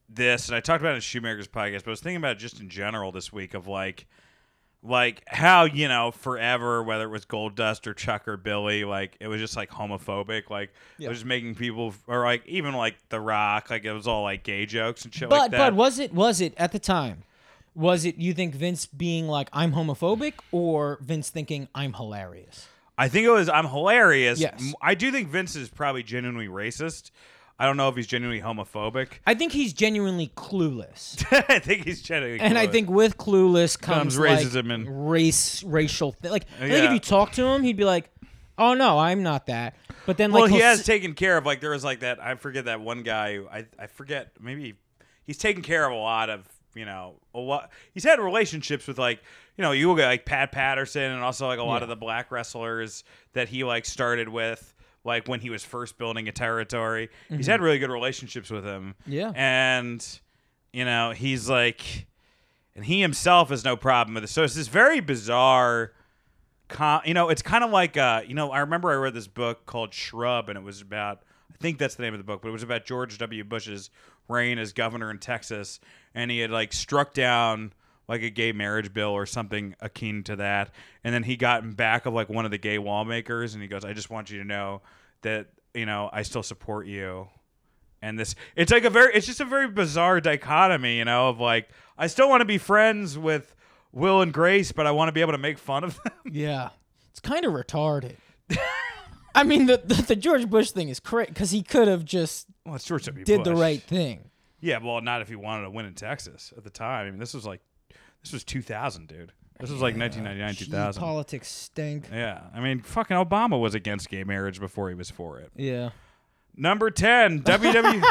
G: this, and I talked about it in Shoemaker's podcast, but I was thinking about it just in general this week of like, like how you know forever, whether it was Gold Dust or Chuck or Billy, like it was just like homophobic, like it was just making people, or like even like The Rock, like it was all like gay jokes and shit
H: But
G: like that.
H: but was it was it at the time? Was it you think Vince being like I'm homophobic or Vince thinking I'm hilarious?
G: I think it was I'm hilarious.
H: Yes.
G: M- I do think Vince is probably genuinely racist. I don't know if he's genuinely homophobic.
H: I think he's genuinely clueless,
G: I think he's genuinely.
H: and I
G: clueless.
H: think with clueless comes,
G: Comes
H: like,
G: racism and-
H: race, racial. Th- like I think if
G: Yeah.
H: you talk to him, he'd be like, "Oh no, I'm not that." But then like
G: well, he
H: he'll
G: has
H: s-
G: taken care of like there was like that I forget that one guy who- I I forget maybe he's taken care of a lot of you know a lot he's had relationships with like you know you look at like Pat Patterson and also like a lot of the black wrestlers that he like started with like when he was first building a territory he's had really good relationships with him
H: Mm-hmm. Yeah.
G: and you know he's like and he himself has no problem with it so it's this very bizarre com- you know, it's kind of like uh, you know, I remember I read this book called Shrub, and it was about I think that's the name of the book, but it was about George W. Bush's reign as governor in Texas, and he had like struck down like a gay marriage bill or something akin to that, and then he got in back of like one of the gay lawmakers, and he goes, "I just want you to know that you know I still support you." and this it's like a very it's just a very bizarre dichotomy you know of like i still want to be friends with will and grace but i want to be able to make fun of them
H: Yeah, it's kind of retarded. I mean, the, the the George Bush thing is crazy because he could have just
G: well it's george w
H: did the
G: Bush.
H: right thing.
G: yeah well not if he wanted to win in texas at the time i mean this was like this was 2000 dude this was like 1999 2000
H: Politics stink.
G: yeah i mean fucking obama was against gay marriage before he was for it
H: Yeah.
G: number 10 ww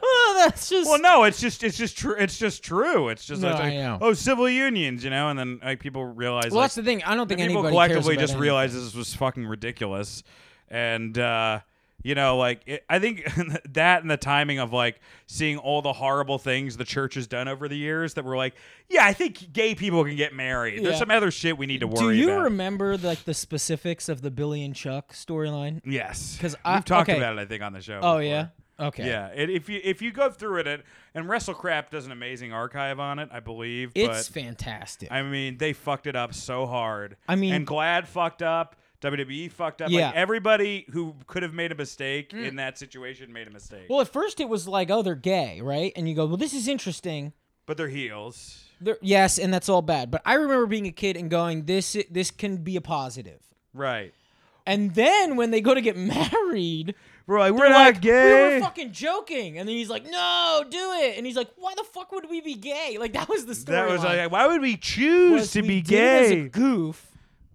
H: Well, that's just.
G: Well, no, it's just it's just true. It's just true. It's just
H: No,
G: it's like,
H: I know.
G: oh, civil unions, you know, and then like people realize.
H: Well,
G: like-
H: that's the thing. I don't think
G: and people
H: anybody cares
G: collectively
H: about
G: just
H: anything.
G: realized this was fucking ridiculous, and uh, you know, like it, I think that and the timing of like seeing all the horrible things the church has done over the years that were like, yeah, I think gay people can get married.
H: Yeah.
G: There's some other shit we need to
H: Do
G: worry.
H: you
G: about.
H: remember like the specifics of the Billy and Chuck storyline?
G: Yes,
H: 'Cause I-
G: we've talked
H: okay.
G: about it. I think on the show.
H: Oh
G: before.
H: yeah. Okay.
G: Yeah, it, if you if you go through it, it and WrestleCrap does an amazing archive on it, I believe.
H: It's
G: but,
H: fantastic.
G: I mean, they fucked it up so hard.
H: I mean-
G: and Glad fucked up. WWE fucked up.
H: Yeah. Mm.
G: Like everybody who could have made a mistake in that situation made a mistake.
H: well, at first it was like, oh, they're gay, right? And you go, well, this is interesting.
G: but they're heels.
H: They're, yes, and that's all bad. But I remember being a kid and going, this this can be a positive.
G: Right.
H: And then when they go to get married,
G: We're like, we're
H: they're
G: not
H: like, We
G: gay.
H: were fucking joking. And then he's like, no, do it. And he's like, why the fuck would we be gay? Like that was the story.
G: that was like, why would we choose to be
H: It as a
G: gay?
H: goof.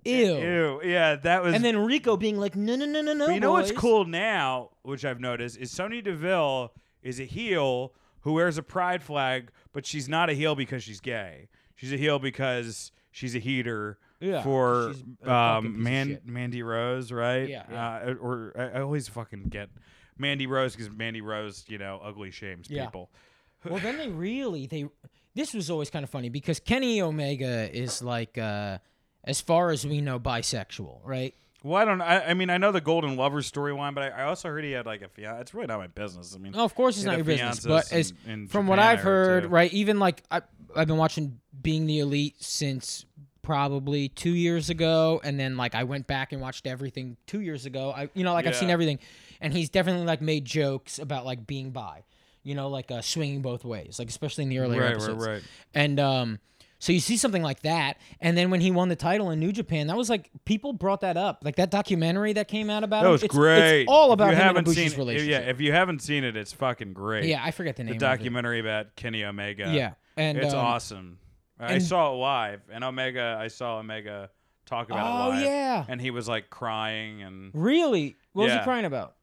H: Ew.
G: Ew. Yeah, that was.
H: And then Rico being like, no, no, no, no, no.
G: But you know what's
H: boys."
G: cool now, which I've noticed, is Sonya Deville is a heel who wears a pride flag, but she's not a heel because she's gay. She's a heel because she's a heater
H: Yeah,
G: for
H: she's a fucking piece
G: um,
H: of
G: Man-
H: shit.
G: Mandy Rose, right?
H: Yeah, yeah.
G: Uh, or I, I always fucking get Mandy Rose because Mandy Rose, you know, ugly shames
H: Yeah.
G: people.
H: Well, then they really they. This was always kind of funny because Kenny Omega is like, uh, as far as we know, bisexual, right?
G: Well, I don't. I, I mean, I know the Golden Lovers storyline, but I, I also heard he had like a fiance. It's really not my business. I mean,
H: No, of course it's
G: he
H: not
G: had
H: your
G: a
H: business.
G: fiance
H: But as
G: in- in
H: from what
G: Japan, I
H: I've heard,
G: too.
H: right? Even like I, I've been watching Being the Elite since probably two years ago, and then like I went back and watched everything two years ago. I, you know, like I've seen
G: Yeah.
H: everything, and he's definitely like made jokes about like being bi, you know, like uh, swinging both ways, like especially in the earlier
G: Right, right,
H: episodes.
G: right.
H: And um, so you see something like that, and then when he won the title in New Japan, that was like people brought that up, like that documentary that came out about
G: That
H: him.
G: was
H: it's,
G: great.
H: It's all
G: If
H: about
G: you
H: him and
G: haven't
H: Ibushi's
G: seen,
H: relationship.
G: Yeah, if you haven't seen it, it's fucking great.
H: Yeah, I forget the
G: the
H: name. of it.
G: documentary about Kenny Omega.
H: Yeah, and,
G: it's
H: um,
G: awesome. I
H: and-
G: saw it live, and Omega. I saw Omega talk about
H: Oh,
G: it live.
H: yeah.
G: and he was like crying, and
H: Really? What was he
G: Yeah.
H: crying about?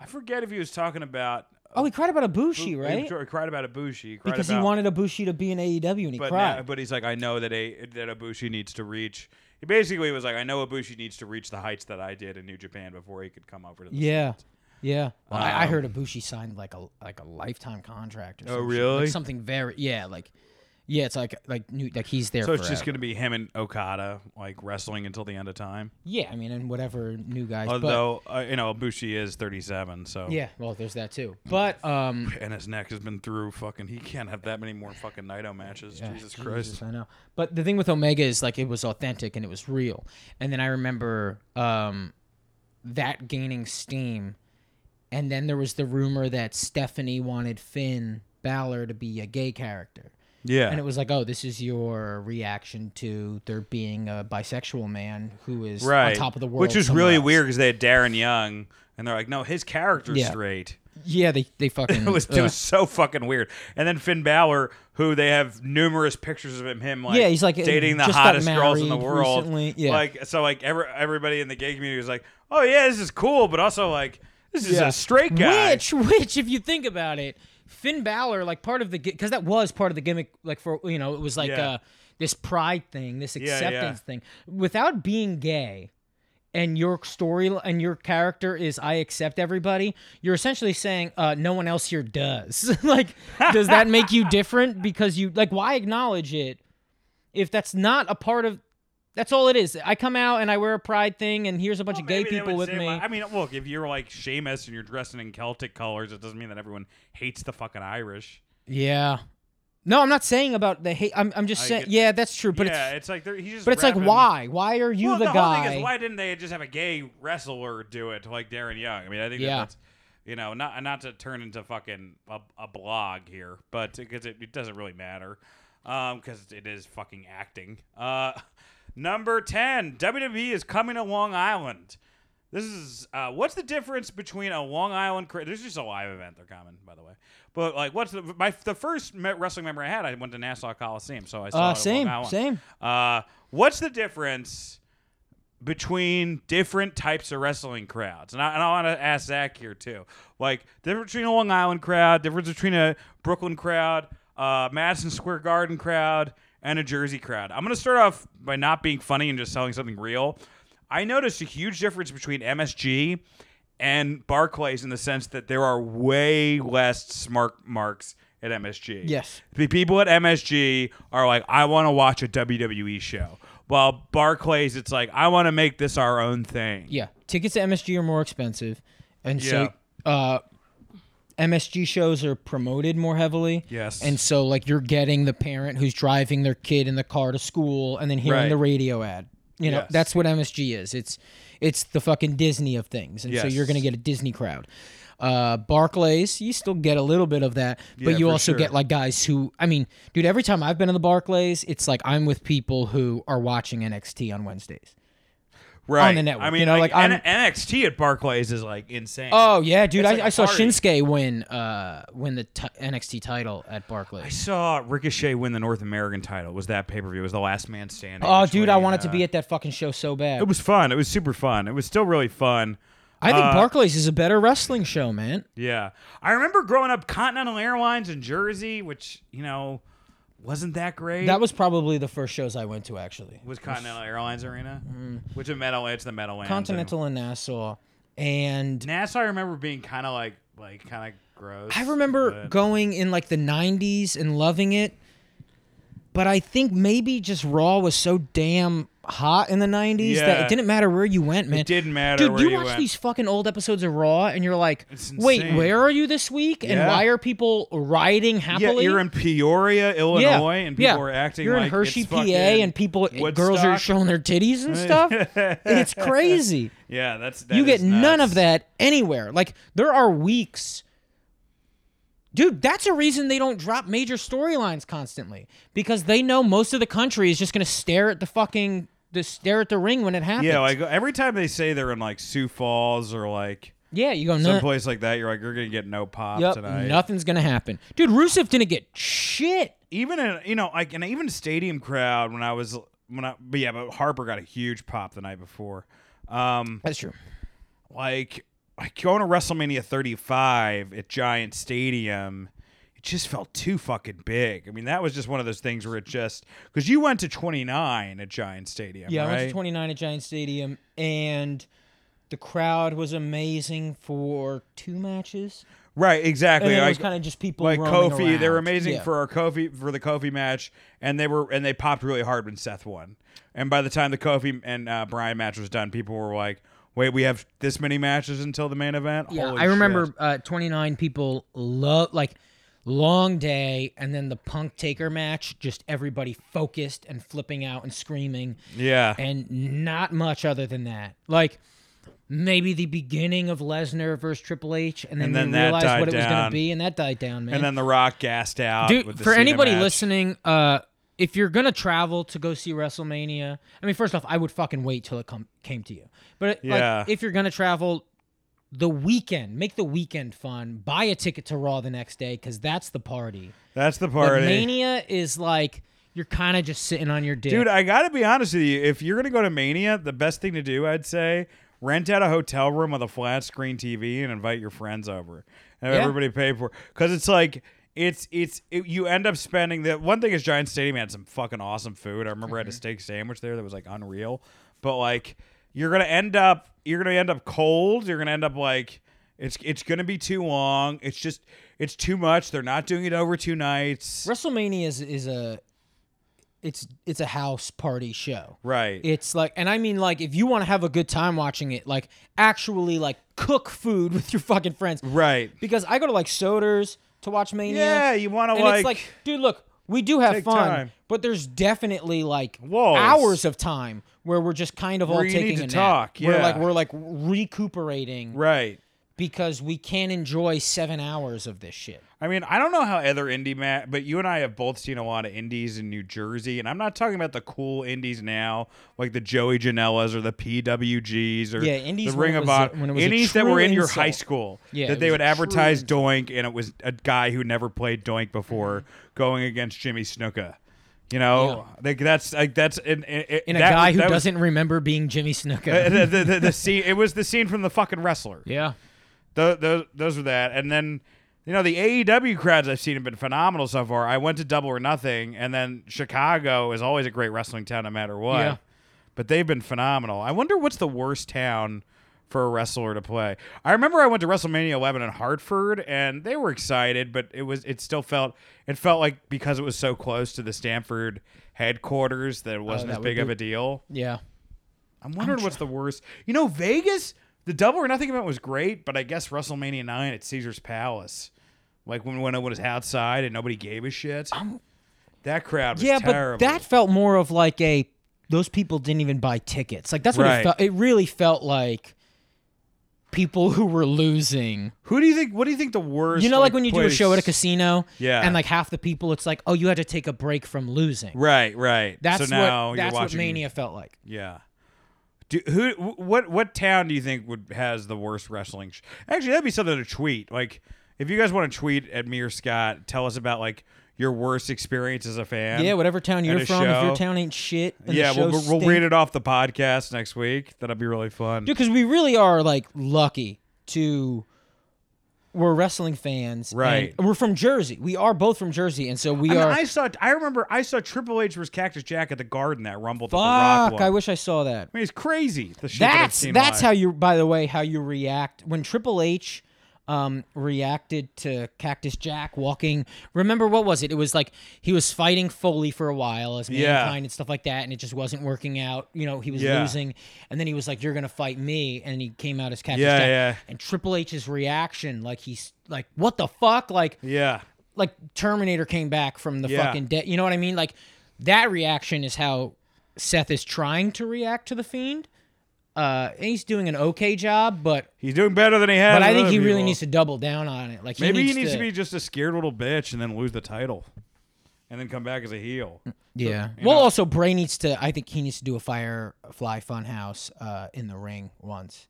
G: I forget if he was talking about.
H: Oh, he cried about Ibushi, right?
G: He cried about Ibushi he cried
H: Because he
G: about-
H: wanted Ibushi to be in AEW and he
G: but
H: cried.
G: now- but he's like, I know that a that Ibushi needs to reach. He basically was like, I know Ibushi needs to reach the heights that I did in New Japan before he could come over to the
H: yeah. Yeah. Well, I, I
G: Um,
H: heard Ibushi signed like a like a lifetime contract or
G: Oh,
H: some shit. Like
G: really?
H: something very yeah, like yeah, it's like like new like he's there
G: So it's just
H: forever.
G: gonna be him and Okada like wrestling until the end of time.
H: Yeah, I mean and whatever new guys but
G: Although uh, you know Ibushi is 37, so
H: yeah, well, there's that too. But um,
G: and his neck has been through fucking. He can't have that many more fucking Naito matches.
H: Yeah,
G: Jesus Christ.
H: I know. But the thing with Omega is like it was authentic and it was real. And then I remember um, that gaining steam. And then there was the rumor that Stephanie wanted Finn Balor to be a gay character.
G: Yeah.
H: And it was like, oh, this is your reaction to there being a bisexual man who is
G: right
H: on top of the world.
G: which was
H: somewhere
G: really
H: else.
G: weird because they had Darren Young, and they're like, no, his character's
H: Yeah. Mm.
G: straight.
H: Yeah, they they fucking.
G: It was, it
H: ugh.
G: was so fucking weird. And then Finn Balor, who they have numerous pictures of him, him like,
H: Yeah, he's, like, uh,
G: dating the
H: just got
G: hottest girls in the
H: married
G: world.
H: recently, yeah.
G: Like so, like every, everybody in the gay community was like, "Oh yeah, this is cool," but also like, "This is
H: Yeah.
G: a straight guy."
H: Which, which, if you think about it, Finn Balor, like part of the, because that was part of the gimmick, like for you know, it was like
G: Yeah.
H: uh, this pride thing, this
G: yeah.
H: acceptance thing. Without being gay, and your story and your character is I accept everybody, you're essentially saying uh, no one else here does. like, does that make you different because you like why acknowledge it if that's not a part of? That's all it is. I come out and I wear a pride thing, and here's a bunch
G: Well,
H: of gay
G: maybe they
H: people
G: would
H: with
G: say,
H: me.
G: like- I mean, look, if you're like Seamus and you're dressing in Celtic colors, it doesn't mean that everyone hates the fucking Irish.
H: Yeah. No, I'm not saying about the hate. I'm, I'm just
G: I
H: saying.
G: get-
H: Yeah, that's true. But
G: yeah,
H: it's,
G: it's, like they're, he's just.
H: but it's like
G: rapping-
H: why? Why are you
G: Well,
H: the,
G: the
H: guy?
G: whole thing is why didn't they just have a gay wrestler do it like Darren Young? I mean, I think that
H: Yeah.
G: that's you know not not to turn into fucking a, a blog here, but because it, it doesn't really matter because it is fucking acting. Uh, number ten, WWE is coming to Long Island. This is uh, what's the difference between a Long Island? cra- There's just a live event they're coming, by the way. But like, what's the my the first me- wrestling member I had? I went to Nassau Coliseum, so I saw it
H: Uh,
G: at
H: same,
G: Long Island.
H: same.
G: Uh, what's the difference between different types of wrestling crowds? And I, and I want to ask Zach here too. Like, difference between a Long Island crowd, difference between a Brooklyn crowd, uh, Madison Square Garden crowd, and a Jersey crowd. I'm going to start off by not being funny and just telling something real. I noticed a huge difference between MSG and Barclays in the sense that there are way less smart marks at MSG.
H: Yes.
G: The people at MSG are like, I want to watch a WWE show. While Barclays, it's like, I want to make this our own thing.
H: yeah, tickets to MSG are more expensive, and
G: Yeah.
H: so uh, MSG shows are promoted more heavily.
G: Yes.
H: and so like you're getting the parent who's driving their kid in the car to school, and then hearing
G: Right.
H: the radio ad. You know,
G: Yes.
H: that's what MSG is. It's it's the fucking Disney of things, and so
G: Yes.
H: you're gonna get a Disney crowd. Uh, Barclays, you still get a little bit of that, but
G: Yeah,
H: you
G: for
H: also
G: sure.
H: get like guys who, I mean, dude, every time I've been in the Barclays, it's like I'm with people who are watching NXT on Wednesdays.
G: Right.
H: the network,
G: I mean,
H: you know,
G: like,
H: like,
G: N-
H: I'm-
G: NXT at Barclays is like insane.
H: Oh yeah, dude!
G: It's
H: I,
G: like a
H: I saw
G: party.
H: Shinsuke win uh win the t- NXT title at
G: I
H: Barclays.
G: saw Ricochet win the North American title. It was that pay per view? It was the last man standing.
H: Oh,
G: between,
H: dude, I wanted to
G: uh,
H: be at that fucking show so bad.
G: It was fun. It was super fun. It was still really fun.
H: I think
G: uh,
H: Barclays is a better wrestling show, man.
G: Yeah. I remember growing up Continental Airlines in Jersey, which, you know, wasn't that great.
H: That was probably the first shows I went to actually.
G: was Continental Airlines Arena, which is metal. It's the metal.
H: Mm-hmm. Continental and Nassau, and
G: NASA. I remember being kind of like like kind of gross.
H: I remember
G: but-
H: going in like the 90s and loving it. But I think maybe just Raw was so damn hot in the 90s that
G: Yeah.
H: it didn't matter where you went, man.
G: didn't matter
H: Dude,
G: where
H: you
G: you
H: watch
G: went.
H: these fucking old episodes of Raw and you're like,
G: It's
H: wait,
G: insane.
H: where are you this week? And
G: Yeah.
H: why are people riding
G: Yeah,
H: happily?
G: you're in Peoria, Illinois,
H: Yeah,
G: and people
H: yeah.
G: are acting
H: You're in
G: like
H: Hershey,
G: it's
H: PA,
G: fucking
H: and people, uh, girls are
G: Woodstock.
H: showing their titties and stuff. it's crazy
G: Yeah, that's that
H: you get
G: is
H: none
G: nuts.
H: of that anywhere. Like there are weeks. Dude, that's a reason they don't drop major storylines constantly because they know most of the country is just going to stare at the fucking the stare at the ring when it happens.
G: Yeah, like every time they say they're in like Sioux Falls or like
H: yeah, you go no.
G: someplace like that, you're like you're gonna get no pop
H: Yep,
G: tonight.
H: nothing's going to happen. Dude, Rusev didn't get shit.
G: even in you know like an even stadium crowd when I was when I but yeah, but Harper got a huge pop the night before. Um,
H: That's true.
G: like like going to WrestleMania 35 at Giant Stadium, it just felt too fucking big. I mean, that was just one of those things where it just because you went to 29 at Giant Stadium,
H: Yeah, I went
G: right?
H: to 29 at Giant Stadium and the crowd was amazing for two matches.
G: right, exactly.
H: And then it was
G: Like-
H: kind of just people
G: like
H: roaming
G: Kofi, they were
H: around.
G: amazing
H: Yeah.
G: for our Kofi for the Kofi match, and they were and they popped really hard when Seth won. And by the time the Kofi and uh, Brian match was done, people were like, "Wait, we have this many matches until the main event."
H: Yeah,
G: Holy
H: I remember
G: shit.
H: uh, 29 people love like long day and then the punk taker match just everybody focused and flipping out and screaming
G: Yeah,
H: and not much other than that. Like maybe the beginning of Lesnar versus Triple H, and then,
G: And then
H: they
G: that
H: realized
G: died
H: what it was going to
G: down.
H: be, and that died down, man.
G: And then The Rock gassed out. with
H: Dude,
G: the
H: for
G: Cena
H: anybody
G: match.
H: listening, uh, if you're gonna travel to go see WrestleMania, I mean, first off, I would fucking wait till it come came to you. But
G: Yeah.
H: like, if you're gonna travel, the weekend, make the weekend fun. Buy a ticket to Raw the next day because that's the party.
G: that's the
H: But
G: party.
H: Mania is like you're kind of just sitting on your dick.
G: Dude, I gotta be honest with you. If you're gonna go to Mania, the best thing to do, I'd say, rent out a hotel room with a flat screen TV and invite your friends over. Have
H: Yeah.
G: everybody pay for because it's like it's it's it, you end up spending the one thing is Giant Stadium had some fucking awesome food. I remember
H: Mm-hmm.
G: I had a steak sandwich there that was like unreal. But like you're gonna end up you're gonna end up cold. You're gonna end up like it's it's gonna be too long. It's just it's too much. They're not doing it over two nights.
H: WrestleMania is is a it's it's a house party show.
G: Right.
H: It's like, and I mean, like, if you want to have a good time watching it, like, actually, like, cook food with your fucking friends.
G: Right.
H: Because I go to like Soders to watch Mania.
G: Yeah, you wanna,
H: and
G: like-
H: it's like, dude, look, we do have
G: Take
H: fun,
G: time.
H: but there's definitely like
G: Walls.
H: hours of time where we're just kind of all
G: you need
H: taking
G: to
H: a
G: talk,
H: nap. We're like
G: yeah.
H: we're like recuperating
G: Right.
H: because we can't enjoy seven hours of this shit.
G: I mean, I don't know how other indie mat, but you and I have both seen a lot of indies in New Jersey, and I'm not talking about the cool indies now, like the Joey Janellas or the PWGs or
H: Yeah, indies
G: the
H: when
G: Ring
H: it
G: of
H: was a-
G: Honor,
H: when it was a
G: indies that
H: true
G: were in your
H: insult.
G: high school
H: Yeah, it
G: that they
H: was
G: would
H: a true
G: advertise Doink, and it was a guy who never played Doink before
H: Mm-hmm.
G: going against Jimmy Snuka. You know, like that's like that's and, and,
H: And
G: that
H: a guy
G: was-
H: who
G: that was-
H: doesn't remember being Jimmy Snuka.
G: the, the, the, the scene. It was the scene from the fucking wrestler.
H: yeah.
G: Those, those, those were that. And then, you know, the AEW crowds I've seen have been phenomenal so far. I went to Double or Nothing, and then Chicago is always a great wrestling town no matter what.
H: Yeah.
G: But they've been phenomenal. I wonder what's the worst town for a wrestler to play. I remember I went to WrestleMania 11 in Hartford, and they were excited, but it was it still felt it felt like because it was so close to the Stanford headquarters that it wasn't
H: Oh, that
G: as
H: would
G: big
H: be-
G: of a deal.
H: Yeah.
G: I'm wondering what's the worst. You know, Vegas, the double or nothing event was great, but I guess WrestleMania 9 at Caesar's Palace, like when, when it was outside and nobody gave a shit. that crowd was
H: yeah,
G: terrible.
H: but that felt more of like a those people didn't even buy tickets. Like that's what
G: Right.
H: it felt. It really felt like people who were losing.
G: Who do you think, what do you think the worst?
H: You know, like, when you do a
G: place-
H: show at a casino,
G: Yeah.
H: and like half the people, it's like, oh, you had to take a break from losing.
G: Right, right.
H: That's
G: so now
H: what
G: you're
H: that's what
G: watching,
H: Mania felt like.
G: Yeah. Do, who wh- what what town do you think would has the worst wrestling? Sh- Actually, that'd be something to tweet. Like, if you guys want to tweet at me or Scott, tell us about like your worst experience as a fan.
H: yeah, whatever town
G: at
H: you're
G: a
H: from, if
G: show.
H: your town ain't shit, and
G: yeah,
H: the
G: we'll,
H: shows
G: we'll
H: stink-
G: read it off the podcast next week. That'll be really fun.
H: Dude, because we really are like lucky to. We're wrestling fans, and
G: Right.
H: we're from Jersey. We are both from Jersey, and so we
G: I, mean,
H: are.
G: I saw. I remember. I saw Triple H versus Cactus Jack at the Garden that rumbled. at the rock
H: fuck,
G: one.
H: I wish I saw that.
G: I mean, it's crazy. The shit that I've
H: That's
G: seen
H: that's
G: live.
H: how you. By the way, how you react when Triple H um, reacted to Cactus Jack walking. Remember what was it? It was like he was fighting Foley for a while as
G: Yeah.
H: mankind and stuff like that, and it just wasn't working out. You know, he was
G: Yeah.
H: losing, and then he was like, "You're gonna fight me," and he came out as Cactus
G: Yeah,
H: Jack.
G: yeah.
H: And Triple H's reaction, like he's like, "What the fuck?" Like
G: Yeah.
H: like Terminator came back from the
G: Yeah.
H: fucking dead. You know what I mean? Like that reaction is how Seth is trying to react to the fiend. Uh, and he's doing an okay job, but
G: He's doing better than he had.
H: but I
G: with
H: think
G: other
H: he really
G: people.
H: needs to double down on it. Like
G: Maybe he needs to, be just a scared little bitch and then lose the title, and then come back as a heel.
H: yeah.
G: you
H: well,
G: know.
H: also Bray needs to. I think he needs to do a Firefly Funhouse uh, in the ring once.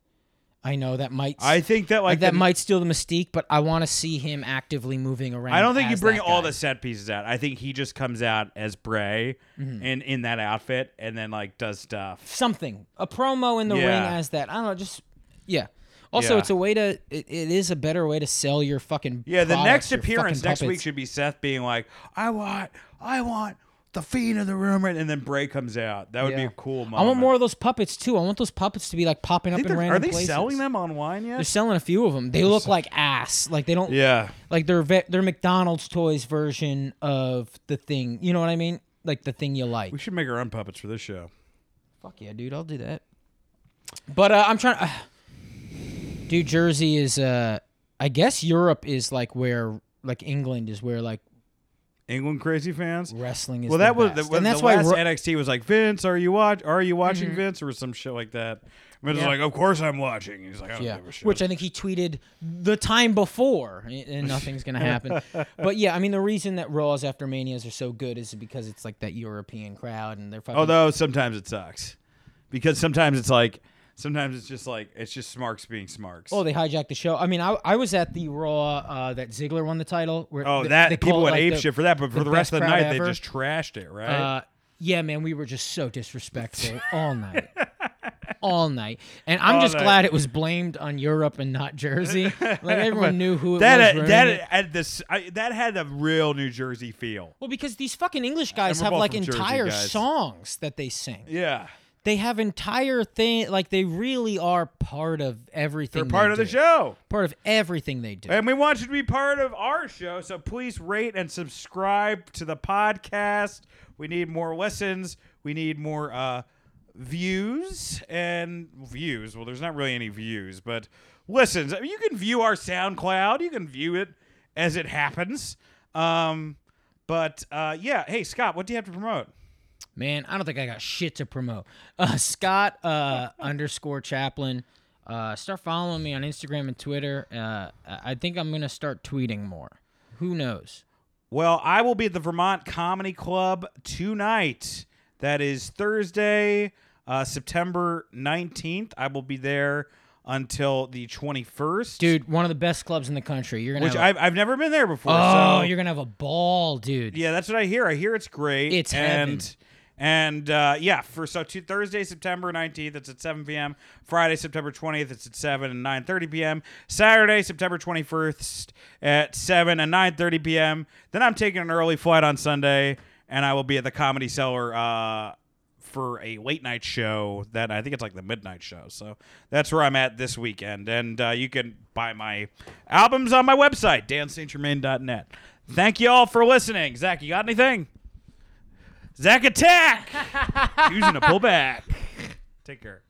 H: I know that might.
G: I think that like
H: that
G: the-
H: might steal the mystique, but I want to see him actively moving around.
G: I don't think you
H: as
G: bring
H: that
G: all
H: guy.
G: the set pieces out. I think he just comes out as Bray
H: Mm-hmm.
G: and in that outfit, and then like does stuff.
H: something a promo in the
G: Yeah.
H: ring as that i don't know just yeah also
G: Yeah.
H: it's a way to it, it is a better way to sell your fucking
G: Yeah, the
H: products,
G: next
H: your fucking
G: appearance next week
H: puppets.
G: should be Seth being like, "I want, I want the fiend of the rumor," and then Bray comes out. That would be
H: Yeah.
G: a cool moment.
H: i want more of those puppets too i want those puppets to be like popping
G: I
H: up
G: think
H: in
G: they're-
H: random
G: are they
H: places
G: selling them online
H: they're
G: yet?
H: selling a few of them they look like ass like they don't
G: Yeah,
H: like they're ve- they're mcdonald's toys version of the thing you know what i mean like the thing you like
G: we should make our own puppets for this show.
H: Fuck yeah, dude, I'll do that. But uh, I'm trying to. dude, Jersey is. Uh, I guess Europe is like where, like England is where like
G: England crazy fans.
H: Wrestling is
G: well,
H: the
G: that was
H: best.
G: the,
H: And
G: the
H: that's why
G: last
H: Ro- Mm-hmm.
G: NXT was like Vince. Are you watch? Are you watching Vince or some shit like that? Vince
H: Yeah.
G: was like, of course I'm watching. He's like, I don't
H: Yeah,
G: give a shit.
H: which I think he tweeted the time before, and- and nothing's gonna happen. but yeah, I mean the reason that Raws after Manias are so good is because it's like that European crowd and they're fucking.
G: Although sometimes it sucks, because sometimes it's like, sometimes it's just like it's just Smarks being Smarks.
H: Oh, they hijacked the show. I mean, I, I was at the Raw uh, that Ziggler won the title. Where
G: Oh,
H: th-
G: that
H: they call
G: people
H: it,
G: went
H: like,
G: ape
H: the-
G: shit for that, but for the, rest
H: best
G: of the
H: crowd
G: night they
H: ever.
G: just trashed it, right?
H: Uh, yeah, man, we were just so disrespectful all night. All night, and I'm
G: All
H: just
G: night.
H: glad it was blamed on Europe and not Jersey. Like everyone knew who it was.
G: that uh,
H: ruining
G: that
H: it.
G: At this, I, that had a real New Jersey feel.
H: Well, because these fucking English guys
G: we're
H: have
G: both
H: like
G: from Jersey,
H: entire
G: guys.
H: songs that they sing.
G: Yeah,
H: They have entire thing like they really are part of everything.
G: they're part
H: they
G: of the
H: do.
G: show,
H: Part of everything they do.
G: and we want you to be part of our show. So please rate and subscribe to the podcast. We need more listens. We need more uh, views and views. Well, there's not really any views, but listens. I mean, you can view our SoundCloud. You can view it as it happens. Um, but uh, yeah, hey Scott, what do you have to promote?
H: Man, I don't think I got shit to promote. Uh, Scott uh, underscore Chaplin. Uh, start following me on Instagram and Twitter. Uh, I I think I'm gonna start tweeting more. Who knows?
G: Well, I will be at the Vermont Comedy Club tonight. That is Thursday, uh, September 19th. I will be there until the 21st.
H: Dude, one of the best clubs in the country. You're gonna
G: Which I've,
H: have
G: I've never been there before.
H: a, oh,
G: so
H: you're gonna have a ball, dude.
G: yeah, that's what I hear. I hear it's great.
H: It's
G: and and uh, yeah, for so two, Thursday, September nineteenth, it's at seven p.m. Friday, September twentieth, it's at seven and nine thirty p.m. Saturday, September twenty first, at seven and nine thirty p.m. Then I'm taking an early flight on Sunday, and I will be at the Comedy Cellar. Uh, for a late night show that I think it's like the midnight show. So that's where I'm at this weekend. And uh, you can buy my albums on my website, danstgermain.net. Thank you all for listening. Zach, you got anything? Zach Attack! Using a pullback. Take care.